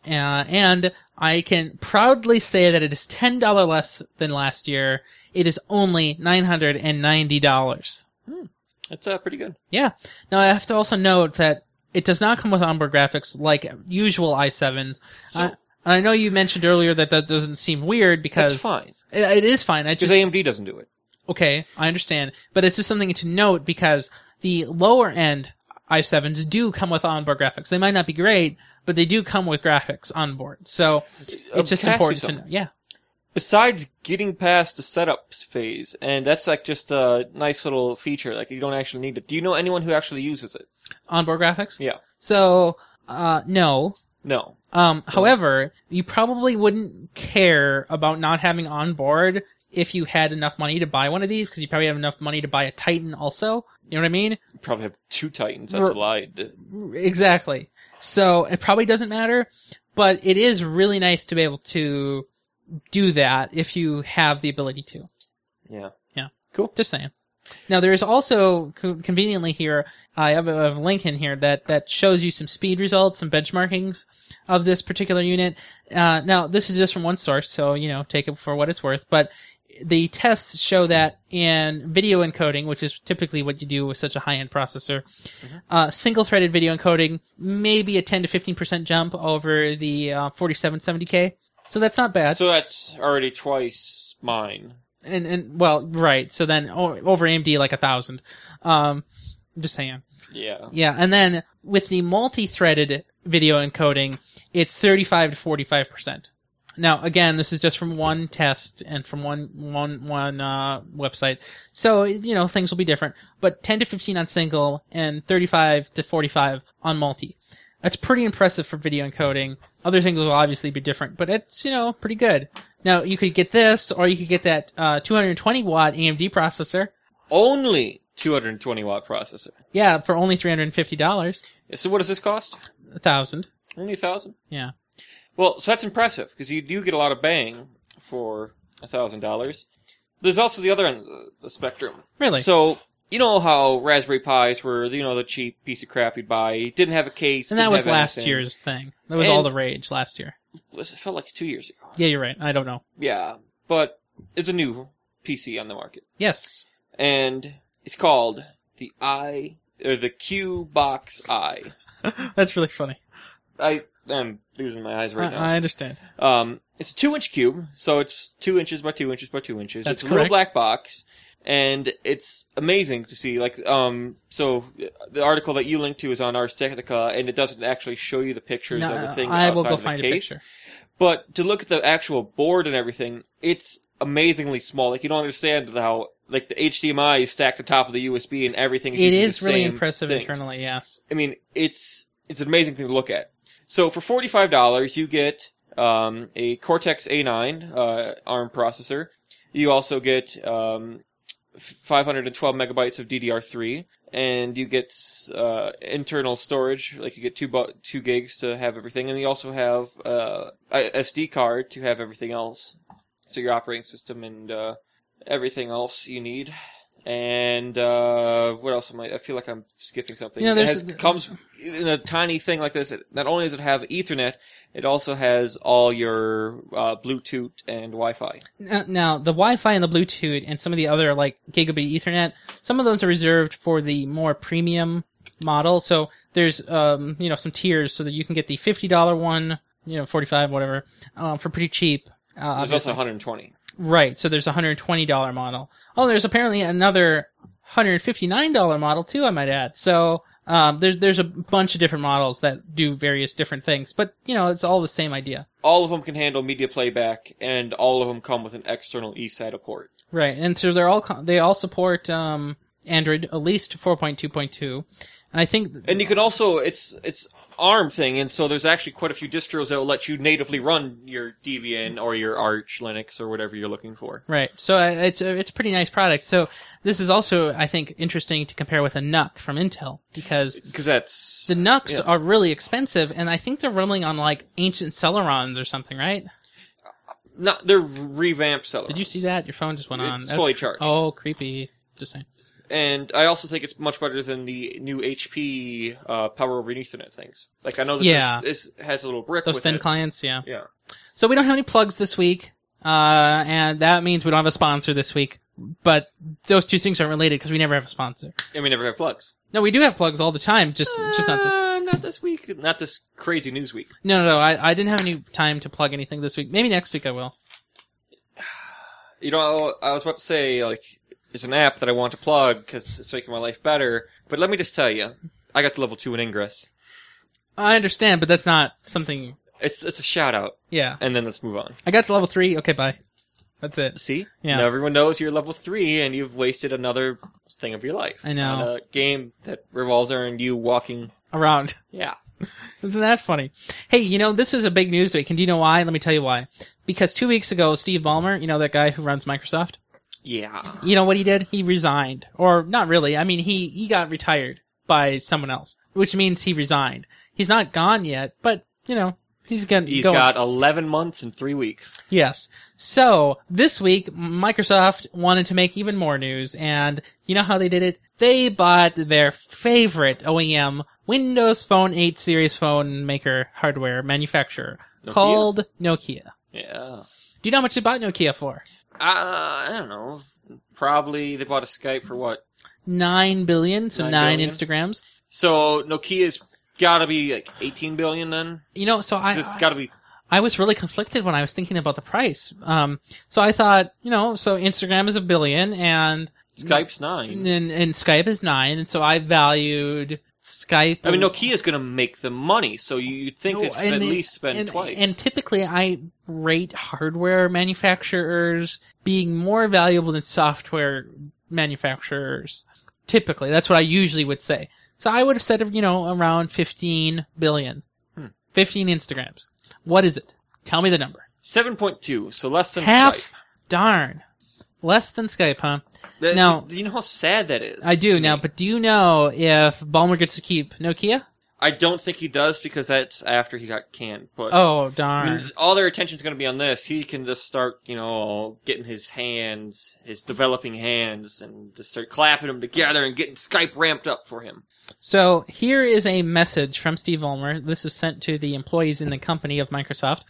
Uh, and I can proudly say that it is $10 less than last year. It is only $990. That's uh, pretty good. Yeah. Now I have to also note that it does not come with onboard graphics like usual i7s. So- I, I know you mentioned earlier that that doesn't seem weird because That's fine It, it is fine. I because just AMD doesn't do it. okay, I understand, but it's just something to note because the lower end i7s do come with onboard graphics. They might not be great, but they do come with graphics on board. So Uh, it's just important to know. Yeah. Besides getting past the setups phase, and that's like just a nice little feature. Like you don't actually need it. Do you know anyone who actually uses it? Onboard graphics? Yeah. So uh no, No. Um, however, you probably wouldn't care about not having on board if you had enough money to buy one of these, because you probably have enough money to buy a Titan also. You know what I mean? You probably have two Titans. That's a R- lie. Exactly. So it probably doesn't matter, but it is really nice to be able to do that if you have the ability to. Yeah. Just saying. Now there is also co- conveniently here I have a, a link in here that that shows you some speed results, some benchmarkings of this particular unit. Uh, now this is just from one source, so you know take it for what it's worth. But the tests show that in video encoding, which is typically what you do with such a high-end processor, uh, single-threaded video encoding maybe a 10 to 15 percent jump over the uh, 4770K. So that's not bad So that's already twice mine. and and well, right. So then o- over AMD like a thousand. Um, just saying. Yeah. Yeah, and then with the multi-threaded video encoding, it's thirty-five to forty-five percent. Now, again, this is just from one test and from one one one uh, website, so you know things will be different. But ten to fifteen on single and thirty-five to forty-five on multi. That's pretty impressive for video encoding. Other things will obviously be different, but it's you know pretty good. Now you could get this, or you could get that uh, 220 watt AMD processor. Only 220 watt processor. Yeah, for only three hundred and fifty dollars, So what does this cost? a thousand. Only a thousand. Yeah. Well, so that's impressive because you do get a lot of bang for a thousand dollars. There's also the other end of the- the spectrum. Really? So you know how Raspberry Pis were, you know, the cheap piece of crap you'd buy, didn't have a case, and that didn't was have last anything. year's thing. That was And- all the rage last year. Was- It felt like two years ago. Yeah, you're right. I don't know. Yeah, but it's a new PC on the market, Yes. and it's called the I or the Q Box I. That's really funny. I am losing my eyes right now. I, I understand. Um, it's a two inch cube, so it's two inches by two inches by two inches. That's it's a little correct. black box, and it's amazing to see. Like, um, so uh, the article that you linked to is on Ars Technica, and it doesn't actually show you the pictures No, of the thing uh, I outside will go of the find a case. picture. But to look at the actual board and everything, it's amazingly small. Like, you don't understand how like the HDMI is stacked on top of the USB, and everything is It using the is really same impressive things. internally. Yes. I mean, it's it's an amazing thing to look at. So for forty five dollars, you get um, a Cortex A nine uh, ARM processor. You also get um, five hundred and twelve megabytes of DDR three, and you get uh, internal storage. Like you get two bu- two gigs to have everything, and you also have uh, a SD card to have everything else. So your operating system and uh, everything else you need. And uh, what else am I? I feel like I'm skipping something. You know, it there's- has, comes in a tiny thing like this. It, not only does it have Ethernet, it also has all your uh, Bluetooth and Wi-Fi. Now, now, the Wi-Fi and the Bluetooth and some of the other like gigabit Ethernet, some of those are reserved for the more premium model. So there's um you know some tiers so that you can get the fifty dollar one, you know forty five whatever, um for pretty cheap. Uh, There's also 120. Right. So there's a hundred twenty dollar model. Oh, there's apparently another hundred fifty nine dollar model too. I might add. So um, there's there's a bunch of different models that do various different things, but you know it's all the same idea, All of them can handle media playback, and all of them come with an external eSATA port. right? And so they're all co- they all support um, Android at least four point two point two, and I think And you can also it's it's ARM thing, and so there's actually quite a few distros that will let you natively run your Debian or your Arch Linux or whatever you're looking for. Right. So uh, it's a, it's a pretty nice product. So this is also, I think, interesting to compare with a NUC from Intel because Because that's the NUCs Yeah. are really expensive, and I think they're rumbling on like ancient Celerons or something, right? not they're revamped Celeron. Did you see that? Your phone just went on. It's fully charged. Oh, creepy. Just saying. And I also think it's much better than the new HP uh, Power over Ethernet things. Like I know this Yeah. is, this has a little brick. Those with thin it. clients, yeah. Yeah. So we don't have any plugs this week, uh, and that means we don't have a sponsor this week. But those two things aren't related because we never have a sponsor. And we never have plugs. No, we do have plugs all the time, just just not this. Uh, not this week. Not this crazy news week. No, no, no. I, I didn't have any time to plug anything this week. Maybe next week I will. You know, I was about to say like there's an app that I want to plug because it's making my life better. But let me just tell you, I got to level two in Ingress. I understand, but that's not something. It's it's a shout out, Yeah, and then let's move on. I got to level three. Okay, bye. That's it. See, Yeah. now everyone knows you're level three, and you've wasted another thing of your life. I know. on a game that revolves around you walking. Around. Yeah, Isn't that funny? Hey, you know this is a big news week, and do you know why? Let me tell you why. Because two weeks ago, Steve Ballmer, you know that guy who runs Microsoft, yeah. you know what he did? He resigned, or not really. I mean, he he got retired by someone else, which means he resigned. He's not gone yet, but you know he's gonna. He's going. got 11 months and three weeks. Yes. So this week, Microsoft wanted to make even more news, and you know how they did it? They bought their favorite OEM Windows Phone 8 series phone maker hardware manufacturer Nokia? called Nokia. Yeah. Do you know how much they bought Nokia for? Uh, I don't know. Probably they bought a Skype for what? Nine billion, so Nine nine billion? Instagrams. So Nokia's got to be like 18 billion then. You know, so I It's got to be. I was really conflicted when I was thinking about the price. Um, so I thought, you know, so Instagram is a billion, and Skype's nine. and, and Skype is nine, and so I valued Skype. I mean, Nokia's going to make the money, so you- you'd think No, they'd sp- at the- least spend and- twice. And typically, I rate hardware manufacturers being more valuable than software manufacturers. Typically, that's what I usually would say. So I would have said, you know, around fifteen billion, Hmm. fifteen Instagrams. What is it? Tell me the number. 7.2, so less than Half. Skype. Darn, less than Skype, huh? That- now- do you know how sad that is? I do to now, me? but do you know if Ballmer gets to keep Nokia? I don't think he does because that's after he got canned. But Oh I darn! mean, all their attention's going to be on this. He can just start, you know, getting his hands, his developing hands, and just start clapping them together and getting Skype ramped up for him. So here is a message from Steve Ballmer. This was sent to the employees in the company of Microsoft.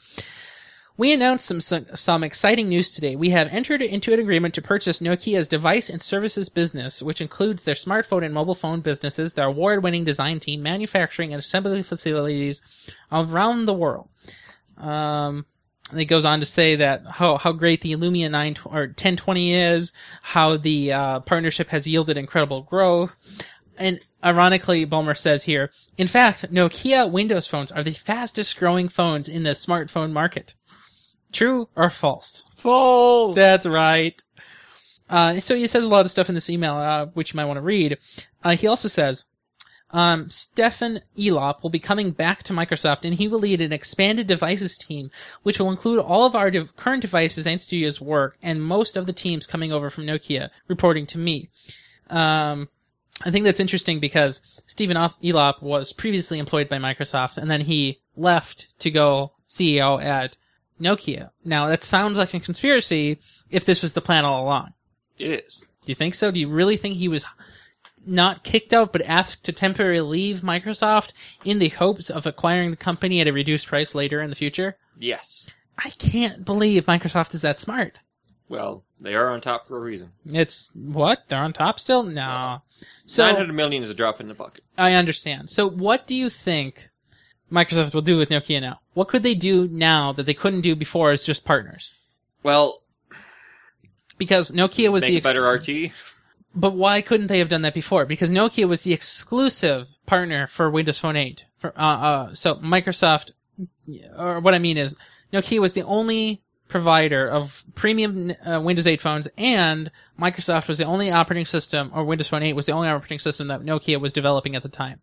We announced some, some, some exciting news today. We have entered into an agreement to purchase Nokia's device and services business, which includes their smartphone and mobile phone businesses, their award winning design team, manufacturing, and assembly facilities around the world. Um, and it goes on to say that how, how great the Illumia 9 tw- or 1020 is, how the uh, partnership has yielded incredible growth. And ironically, Bulmer says here, in fact, Nokia Windows phones are the fastest growing phones in the smartphone market. True or false? Falls. That's right. Uh, so he says a lot of stuff in this email, uh, which you might want to read. Uh, he also says, um, Stefan Elop will be coming back to Microsoft and he will lead an expanded devices team, which will include all of our de- current devices and studios work and most of the teams coming over from Nokia, reporting to me. Um, I think that's interesting because Stephen Op- Elop was previously employed by Microsoft and then he left to go E CEO at Nokia. Now that sounds like a conspiracy if this was the plan all along. It is. Do you think so? Do you really think he was not kicked out but asked to temporarily leave Microsoft in the hopes of acquiring the company at a reduced price later in the future? Yes. I can't believe Microsoft is that smart. Well, they are on top for a reason. It's what? They're on top still? No. Nine So hundred million is a drop in the bucket. I understand. So what do you think Microsoft will do with Nokia now? What could they do now that they couldn't do before as just partners? Well, Because Nokia was make the a better RT. But why couldn't they have done that before? Because Nokia was the exclusive partner for Windows Phone 8. For, uh, uh, so Microsoft, or what I mean is, Nokia was the only provider of premium uh, Windows 8 phones, and Microsoft was the only operating system, or Windows Phone 8 was the only operating system that Nokia was developing at the time.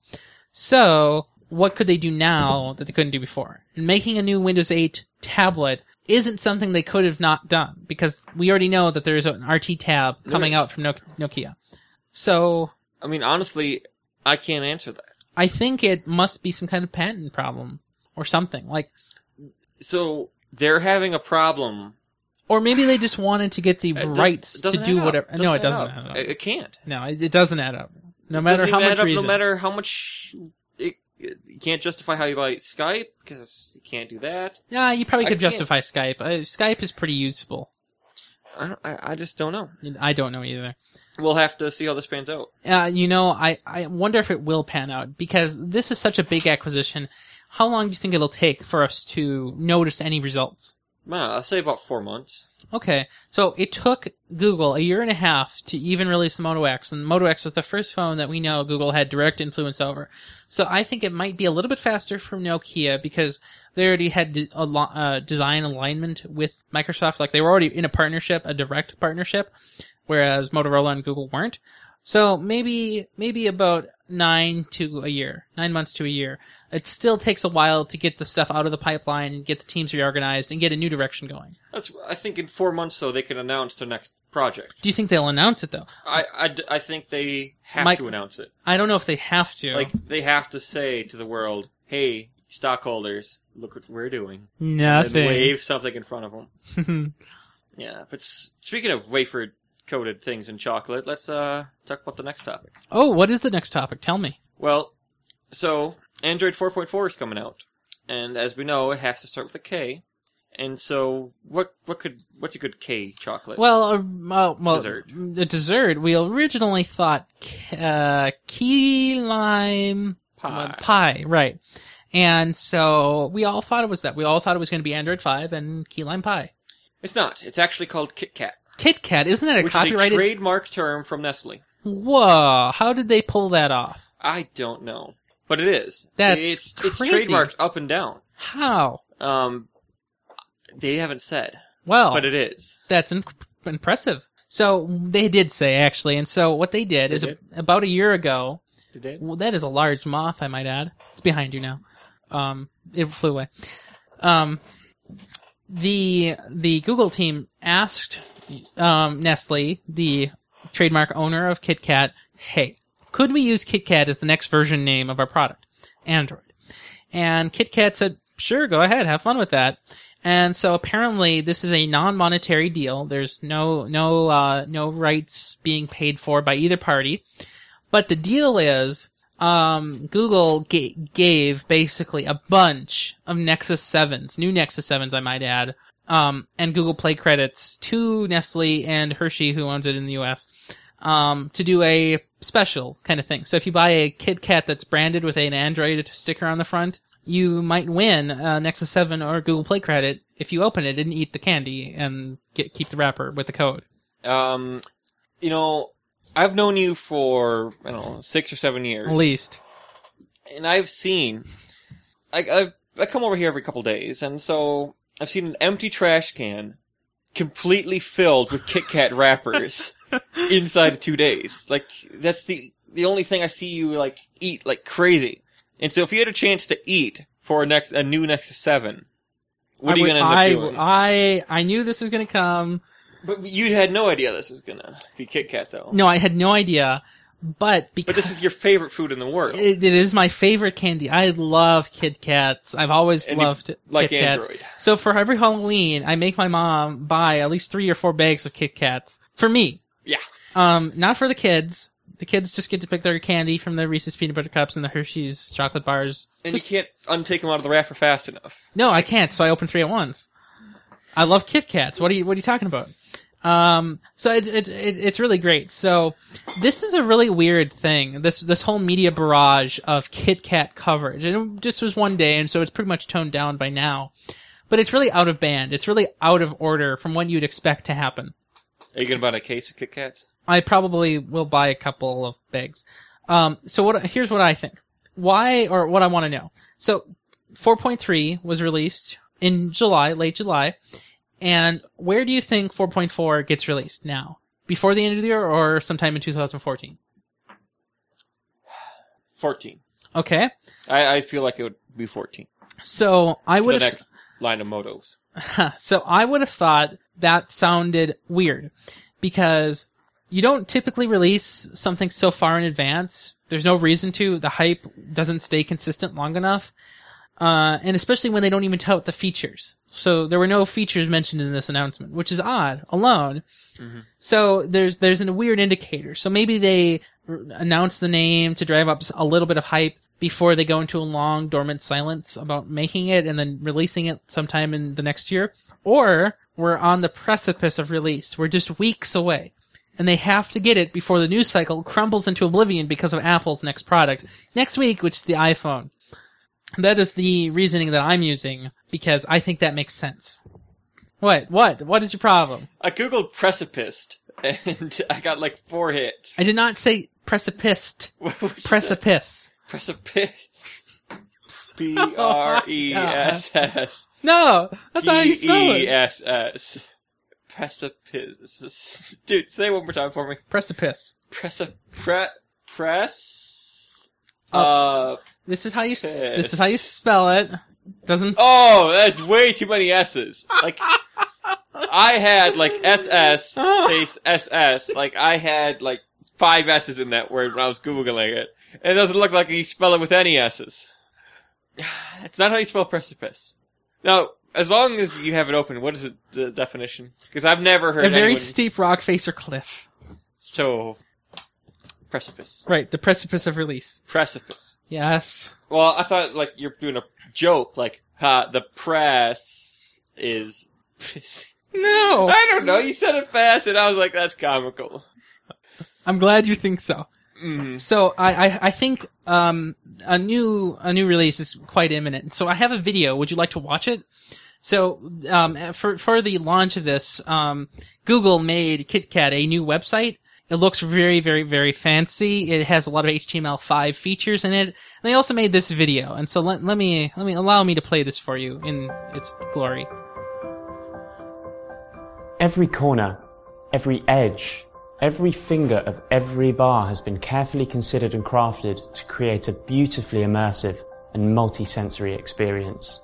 So, what could they do now that they couldn't do before? And making a new Windows 8 tablet isn't something they could have not done because we already know that there's an RT tab There coming is. out from Nok- Nokia. So, I mean, honestly, I can't answer that. I think it must be some kind of patent problem or something. Like, So they're having a problem. or maybe they just wanted to get the It does- rights to doesn't do add up. whatever. no, it add doesn't. up. Add up. It, it can't. no, it, it doesn't add up. No matter Doesn't how even much add up, reason. no matter how much, it, you can't justify how you buy Skype because you can't do that. Nah, you probably I could can't- justify Skype. Uh, Skype is pretty useful. I, don't, I, I just don't know. I don't know either. We'll have to see how this pans out. Uh, you know, I, I wonder if it will pan out because this is such a big acquisition. How long do you think it'll take for us to notice any results? Well, I'll say about four months. Okay, so it took Google a year and a half to even release the Moto X, and Moto X is the first phone that we know Google had direct influence over. So I think it might be a little bit faster from Nokia because they already had de- a lo- uh, design alignment with Microsoft. Like they were already in a partnership, a direct partnership, whereas Motorola and Google weren't. So maybe maybe about nine to a year, nine months to a year. It still takes a while to get the stuff out of the pipeline and get the teams reorganized and get a new direction going. That's. I think in four months, so they can announce their next project. Do you think they'll announce it though? I, I d- I think they have Mike- to announce it. I don't know if they have to. Like they have to say to the world, "Hey, stockholders, look what we're doing." And then nothing. wave something in front of them. Yeah, but s- speaking of wafer coated things in chocolate, let's uh talk about the next topic. oh, what is the next topic? Tell me. Well, so Android 4.4 is coming out, and as we know, it has to start with a K. And so, what what could what's a good K chocolate? Well, uh, well, well, Dessert. The dessert. We originally thought k- uh, key lime uh, Pie. pie, right? And so we all thought it was that. We all thought it was going to be Android Five and key lime pie. it's not. It's actually called Kit Kat, Kit Kat, isn't that a which is a copyrighted? trademark term from Nestle. Whoa! How did they pull that off? I don't know, but it is. That's it's it's crazy. trademarked up and down. How? Um, they haven't said, Well, but it is. That's in- impressive. So they did say actually, and so what they did They is did. about a year ago. Did they? Well, that is a large moth, I might add. It's behind you now. Um, it flew away. Um, the the Google team asked um, Nestle, the trademark owner of KitKat, "Hey, could we use KitKat as the next version name of our product, Android?" And KitKat said, sure, go ahead, have fun with that. And so apparently this is a non-monetary deal. There's no, no, uh, no rights being paid for by either party. But the deal is, um, Google ga- gave basically a bunch of Nexus 7s, new Nexus 7s, I might add, um, and Google Play credits to Nestle and Hershey, who owns it in the US, um, to do a special kind of thing. So if you buy a Kit Kat that's branded with an Android sticker on the front, you might win a Nexus 7 or Google Play credit if you open it and eat the candy and get, keep the wrapper with the code. Um, you know, I've known you for I don't know six or seven years, At least. and I've seen, I, I've I come over here every couple days, and so I've seen an empty trash can completely filled with Kit Kat wrappers inside of two days. Like that's the the only thing I see you like eat like crazy. And so if you had a chance to eat for a next a new Nexus Seven, what I are you would- gonna end up I, doing? I, I knew this was going to come. but you had no idea this was gonna be Kit Kat though. No, I had no idea. But because But this is your favorite food in the world. It, it is my favorite candy. I love Kit Kats. I've always And you loved like Kit Kats. Android. So for every Halloween, I make my mom buy at least three or four bags of Kit Kats for me. Yeah. Um, not for the kids. The kids just get to pick their candy from the Reese's peanut butter cups and the Hershey's chocolate bars. And you can't untake them out of the wrapper fast enough. No, I can't. So I open three at once. I love Kit Kats. What are you What are you talking about? Um, so it's it's it, it's really great. So this is a really weird thing. This this whole media barrage of Kit Kat coverage, and it just was one day, and so it's pretty much toned down by now. But it's really out of band. It's really out of order from what you'd expect to happen. Are you going to buy a case of Kit Kats? I probably will buy a couple of bags. Um, so what? Here's what I think. Why or what I want to know. So 4.3 was released in July, late July, and where do you think 4.4 gets released now? Before the end of the year or sometime in 2014? 14. Okay. I, I feel like it would be 14. So I For the would have, next line of motos. so I would have thought that sounded weird because you don't typically release something so far in advance. There's no reason to. The hype doesn't stay consistent long enough. Uh, and especially when they don't even tout the features. So there were no features mentioned in this announcement, which is odd alone. So there's there's a weird indicator. So maybe they r- announce the name to drive up s- a little bit of hype before they go into a long dormant silence about making it and then releasing it sometime in the next year. Or we're on the precipice of release. We're just weeks away. And they have to get it before the news cycle crumbles into oblivion because of Apple's next product next week, which is the iPhone. That is the reasoning that I'm using because I think that makes sense. What? What? What is your problem? I googled precipice and I got like four hits. I did not say precipice. Precipice. precipice. Oh P R E S S. No, that's not how you P spell E it. S S. Precipice. Dude, say it one more time for me. Precipice. Press a pre press. Uh This is how you. s This is how you spell it. Doesn't. oh, that's way too many s's. Like I had like SS space SS. Like I had like five s's in that word when I was googling it. It doesn't look like you spell it with any s's. It's not how you spell precipice. Now, as long as you have it open, what is it, the definition? Because I've never heard a very anyone- steep rock face or cliff. so precipice Right, the precipice of release. precipice. Yes. Well, I thought like you're doing a joke, like ha, the press is. No. I don't know. You said it fast, and I was like, "That's comical." I'm glad you think so. Mm. So I, I, I think um, a new a new release is quite imminent. So I have a video. Would you like to watch it? So um, for for the launch of this, um, Google made KitKat a new website. It looks very very very fancy. It has a lot of HTML5 features in it. And they also made this video. And so let, let me let me allow me to play this for you in its glory. Every corner, every edge, every finger of every bar has been carefully considered and crafted to create a beautifully immersive and multi-sensory experience.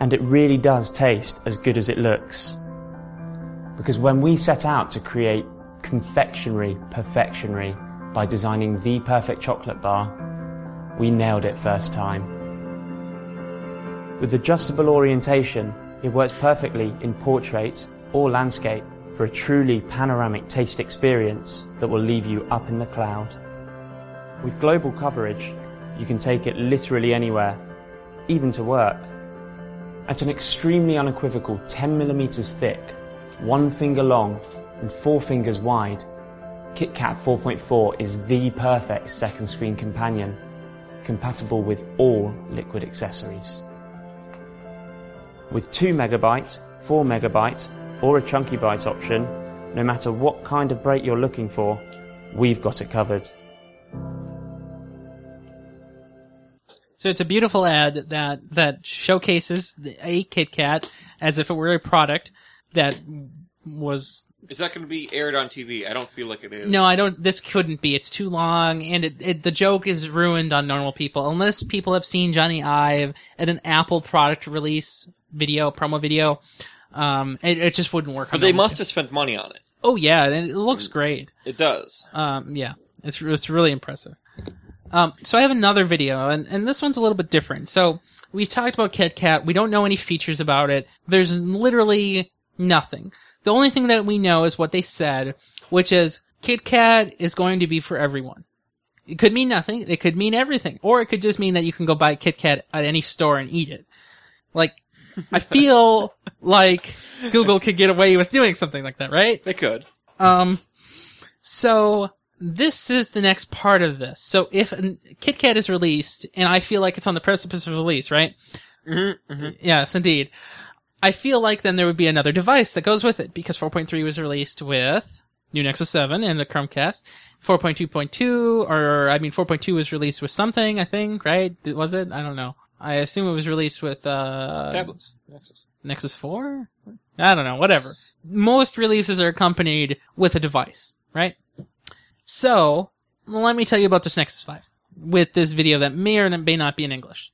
And it really does taste as good as it looks. Because when we set out to create confectionery perfectionery by designing the perfect chocolate bar, we nailed it first time. With adjustable orientation, it works perfectly in portrait or landscape for a truly panoramic taste experience that will leave you up in the cloud. With global coverage, you can take it literally anywhere, even to work. At an extremely unequivocal 10 millimeters thick, one finger long, and four fingers wide, KitKat 4.4 is the perfect second screen companion, compatible with all liquid accessories. With 2 megabyte, 4 megabyte, or a chunky byte option, no matter what kind of break you're looking for, we've got it covered. So it's a beautiful ad that that showcases the, a KitKat as if it were a product that was Is that going to be aired on TV? I don't feel like it is. No, I don't. This couldn't be. It's too long, and it, it the joke is ruined on normal people unless people have seen Johnny Ive at an Apple product release video promo video. Um, it, it just wouldn't work. but on they normal must have spent money on it. people. Oh yeah, and it looks great. It does. Um, yeah, it's it's really impressive. Um, so I have another video, and, and this one's a little bit different. So we've talked about KitKat. We don't know any features about it. There's literally nothing. The only thing that we know is what they said, which is Kit Kat is going to be for everyone. It could mean nothing. It could mean everything, or it could just mean that you can go buy Kit Kat at any store and eat it. Like, I feel like Google could get away with doing something like that, right? They could. Um, so this is the next part of this. So if an- Kit Kat is released, and I feel like it's on the precipice of release, right? Mm-hmm, mm-hmm. Yes, indeed. I feel like then there would be another device that goes with it because 4.3 was released with new Nexus 7 and the Chromecast. 4.2.2, or I mean, 4.2 was released with something, I think, right? Was it? I don't know. I assume it was released with uh, Tablets. Nexus. Nexus 4? I don't know, whatever. Most releases are accompanied with a device, right? So, let me tell you about this Nexus 5 with this video that may or may not be in English.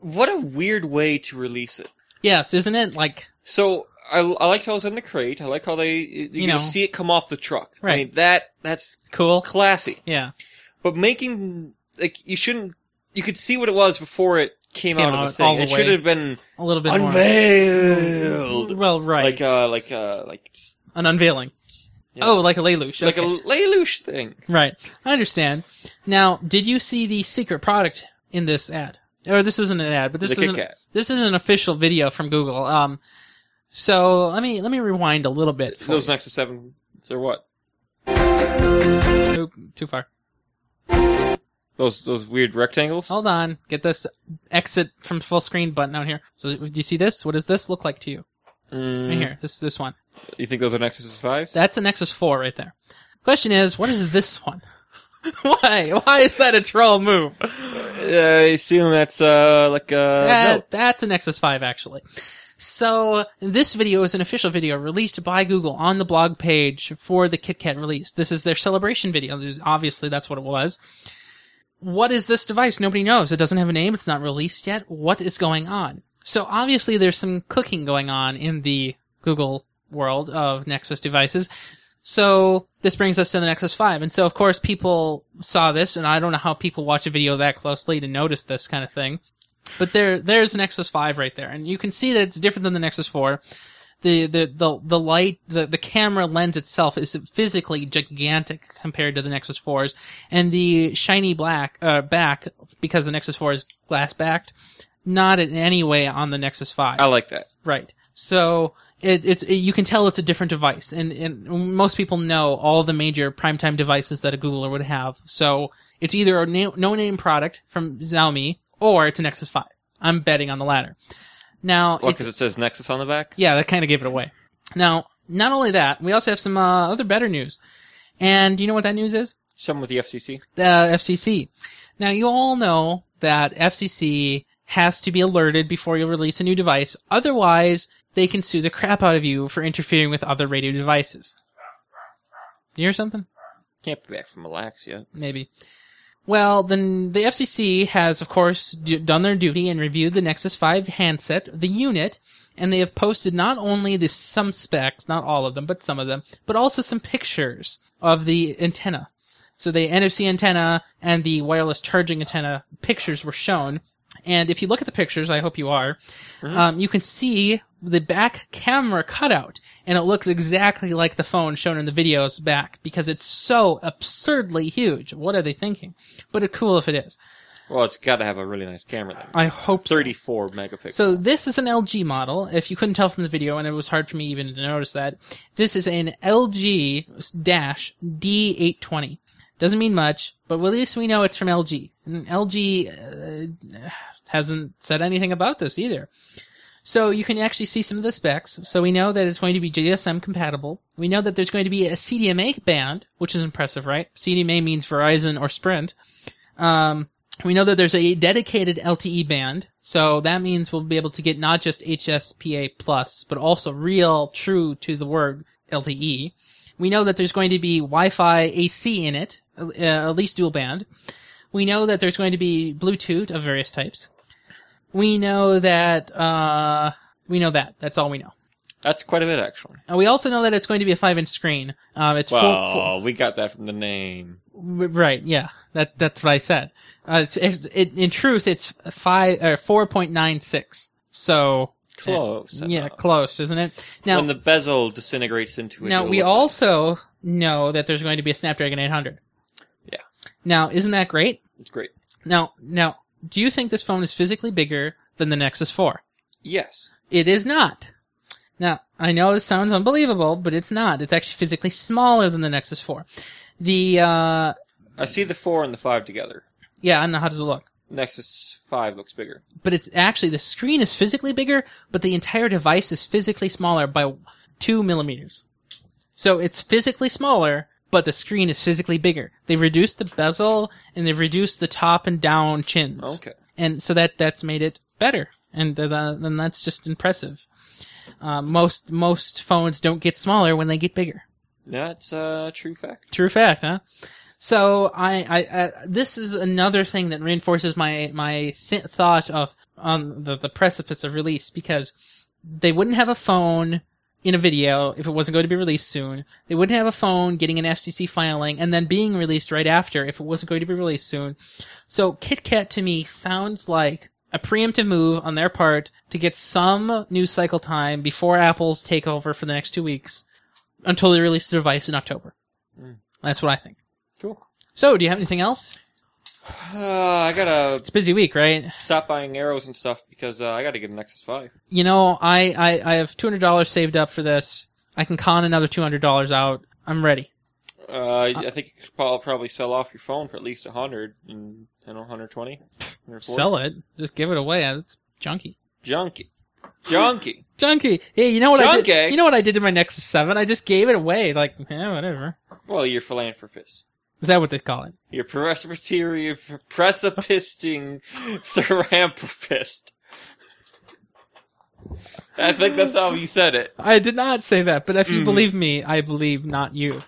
What a weird way to release it. Yes, isn't it? Like, So I, I like how it's in the crate. I like how they you, You know. know. see it come off the truck. I Right. mean, that that's cool. classy. Yeah. But making like you shouldn't. You could see what it was before it came, Came out of out the thing. all the it should way. have been A little bit unveiled, more. Well, right. like uh, like uh, like just, An unveiling. Yeah. Oh, like a Lelouch. like a okay. Lelouch thing. Right. I understand. Now, did you see the secret product in this ad? Or this isn't an ad, but this The Kit is an, Kat. this is an official video from Google. Um, so let me let me rewind a little bit. for Those Nexus Seven or what? you. Oop, too far. Those those weird rectangles. Hold on. Get this exit from full screen button down here. So do you see this? What does this look like to you? Right Mm, here. This this one. You think those are Nexus Fives? That's a Nexus Four right there. Question is, what is this one? Why? Why is that a troll move? I assume that's uh like uh That- no. That's a Nexus 5, actually. So, this video is an official video released by Google on the blog page for the KitKat release. This is their celebration video. This- Obviously, that's what it was. What is this device? Nobody knows. It doesn't have a name. It's not released yet. What is going on? So, obviously, there's some cooking going on in the Google world of Nexus devices. So this brings us to the Nexus 5. And so, of course, people saw this, and I don't know how people watch a video that closely to notice this kind of thing. But there, there's a Nexus 5 right there. And you can see that it's different than the Nexus 4. The, the, the, the light, the, the camera lens itself is physically gigantic compared to the Nexus 4's. And the shiny black, uh, back, because the Nexus 4 is glass backed, not in any way on the Nexus 5. I like that. Right. So it, it's it, you can tell it's a different device, and and most people know all the major primetime devices that a Googler would have. So it's either a no name product from Xiaomi or it's a Nexus Five. I'm betting on the latter. Now, Well, it's- because it says Nexus on the back. yeah, that kind of gave it away. Now, not only that, we also have some uh, other better news, and you know what that news is? Some with the FCC. the FCC. Now you all know that FCC has to be alerted before you release a new device. Otherwise, they can sue the crap out of you for interfering with other radio devices. You hear something? Can't be back from Malax yet. Maybe. Well, then the FCC has, of course, d- done their duty and reviewed the Nexus 5 handset, the unit, and they have posted not only the some specs, not all of them, but some of them, but also some pictures of the antenna. So the NFC antenna and the wireless charging antenna pictures were shown. And if you look at the pictures, I hope you are, um, you can see the back camera cutout, and it looks exactly like the phone shown in the video's back because it's so absurdly huge. What are they thinking? But it's cool if it is. Well, it's got to have a really nice camera then. I hope so. 34 megapixels. So this is an LG model. If you couldn't tell from the video, and it was hard for me even to notice that, this is an LG dash D820. Doesn't mean much, but at least we know it's from LG. And LG uh, hasn't said anything about this either. So you can actually see some of the specs. So we know that it's going to be GSM compatible. We know that there's going to be a CDMA band, which is impressive, right? CDMA means Verizon or Sprint. Um, we know that there's a dedicated LTE band, so that means we'll be able to get not just HSPA plus, but also real, true to the word LTE. We know that there's going to be Wi-Fi AC in it, uh, at least dual band. We know that there's going to be Bluetooth of various types. We know that uh, we know that. That's all we know. That's quite a bit, actually. And we also know that it's going to be a five-inch screen. Um, it's full- Well, full, we got that from the name. W- Right. Yeah. That that's what I said. Uh, it's, it's, it, in truth, it's five or four point nine six. So Close. Uh, yeah, enough. close, isn't it? Now, when the bezel disintegrates into it. now it'll we look- also know that there's going to be a Snapdragon eight hundred. Yeah. Now, isn't that great? It's great. Now, now, do you think this phone is physically bigger than the Nexus four? Yes. It is not. Now, I know this sounds unbelievable, but it's not. It's actually physically smaller than the Nexus 4. The, uh, I see the 4 and the 5 together. yeah, I don't know how does it look. Nexus 5 looks bigger. But it's actually, the screen is physically bigger, but the entire device is physically smaller by two millimeters. So it's physically smaller, but the screen is physically bigger. They've reduced the bezel, and they've reduced the top and down chins. Okay. and so that that's made it better and th- th- then that's just impressive uh, most most phones don't get smaller when they get bigger That's a true fact. true fact huh so i i, I this is another thing that reinforces my my th- thought of on the, the precipice of release because they wouldn't have a phone in a video if it wasn't going to be released soon they wouldn't have a phone getting an fcc filing and then being released right after if it wasn't going to be released soon so KitKat to me sounds like a preemptive move on their part to get some news cycle time before Apple's takeover for the next two weeks until they release the device in October. That's what I think. Cool. So, do you have anything else? Uh, I gotta It's a busy week, right? stop buying arrows and stuff because uh, I gotta get a Nexus 5. You know, I, I, I have $200 saved up for this. I can con another $200 out. I'm ready. Uh, I think you could prob- probably sell off your phone for at least 100 and, and 120. Sell it. Just give it away. It's junky. Junky. Junky. Junky. Hey, you know what I Junky? did? You know what I did to my Nexus 7? I just gave it away. Like, yeah, whatever. Well, you're philanthropist. Is that what they call it? You're precipitia, precipisting philanthropist. I think that's how you said it. I did not say that, but if you Mm. believe me, I believe not you.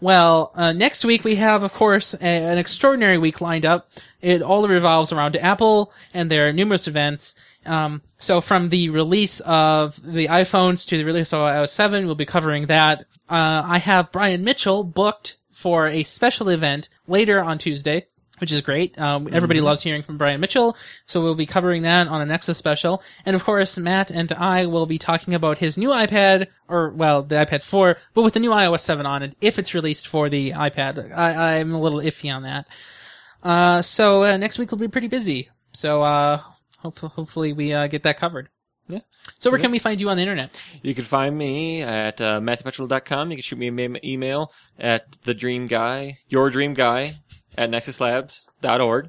Well, uh, next week we have, of course, a, an extraordinary week lined up. It all revolves around Apple and their numerous events. Um, so from the release of the iPhones to the release of iOS 7, we'll be covering that. Uh, I have Brian Mitchell booked for a special event later on Tuesday which is great. Um, everybody loves hearing from Brian Mitchell, so we'll be covering that on a Nexus special. And of course, Matt and I will be talking about his new iPad, or well, the iPad 4, but with the new iOS 7 on it, if it's released for the iPad. I, I'm a little iffy on that. Uh, so uh, next week will be pretty busy. So uh, hope, hopefully we uh, get that covered. Yeah. So where can we find you on the internet? You can find me at uh, matthewpetrol.com. You can shoot me an ma- email at the dream guy, your dream guy at nexuslabs.org.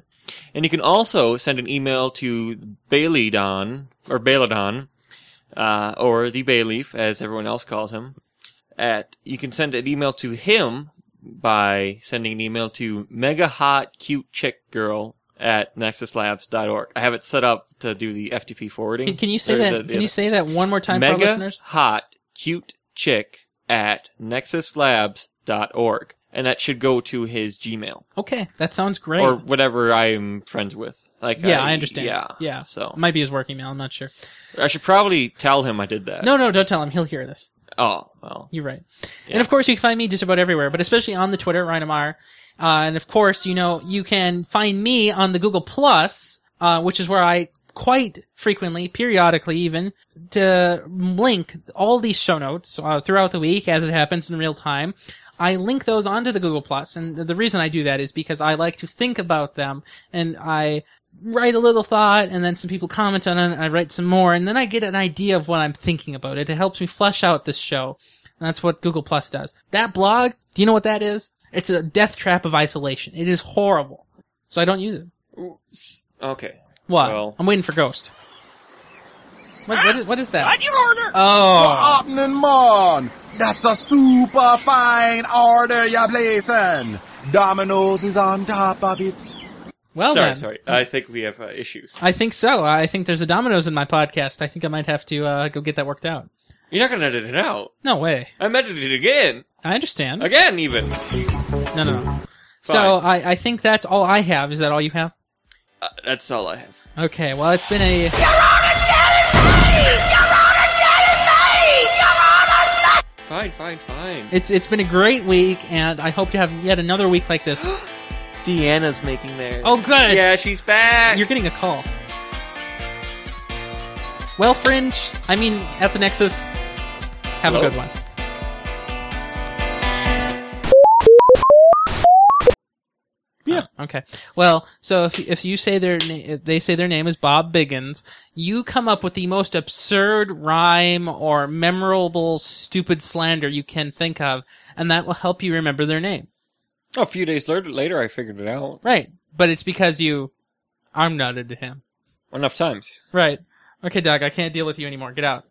And you can also send an email to Bailydon or Bailodon, uh, or the Bayleaf as everyone else calls him. At you can send an email to him by sending an email to mega hot cute chick girl at nexuslabs.org. I have it set up to do the FTP forwarding. Can, can you say or that? the- the can you say that one more time for our mega listeners? hot cute chick at nexuslabs.org and that should go to his gmail Okay, that sounds great. or whatever i'm friends with like yeah, I, understand. yeah yeah. so might be his work email. I'm not sure. i should probably tell him i did that No, no, don't tell him. He'll hear this. oh well You're right. Yeah. And of course, you can find me just about everywhere, but especially on the Twitter, Ryan Amar. Uh, and of course, you know, you can find me on the Google Plus, uh, which is where I quite frequently, periodically even, to link all these show notes uh, throughout the week as it happens in real time. I link those onto the Google Plus, and the reason I do that is because I like to think about them, and I write a little thought and then some people comment on it and I write some more and then I get an idea of what I'm thinking about it. It helps me flesh out this show. And that's what Google Plus does. That blog, do you know what that is? It's a death trap of isolation. It is horrible. So I don't use it. Okay. What? Well- I'm waiting for Ghost. What, what, is, what is that? What'd you order? Oh, Morning, and morn. That's a super fine order you're placing. Domino's is on top of it. well sorry, done. sorry. I think we have uh, issues. I think so. I think there's a Domino's in my podcast. I think I might have to uh, go get that worked out. You're not going to edit it out. No way. I'm editing it again. I understand. Again, even. No, no. no. So I, I think that's all I have. Is that all you have? Uh, that's all I have. Okay. Well, it's been a. Fine, fine, fine. It's it's been a great week, and I hope to have yet another week like this. Deanna's making theirs. Oh, good. Yeah, she's back. You're getting a call. Well, Fringe. I mean, at the Nexus. Have Hello? a good one. Yeah. Oh, okay. Well, so if if you say their na- if they say their name is Bob Biggins, you come up with the most absurd rhyme or memorable stupid slander you can think of, and that will help you remember their name. a few days later, later, I figured it out. Right. But it's because you arm nodded to him. Enough times. Right. Okay, Doug, I can't deal with you anymore. Get out.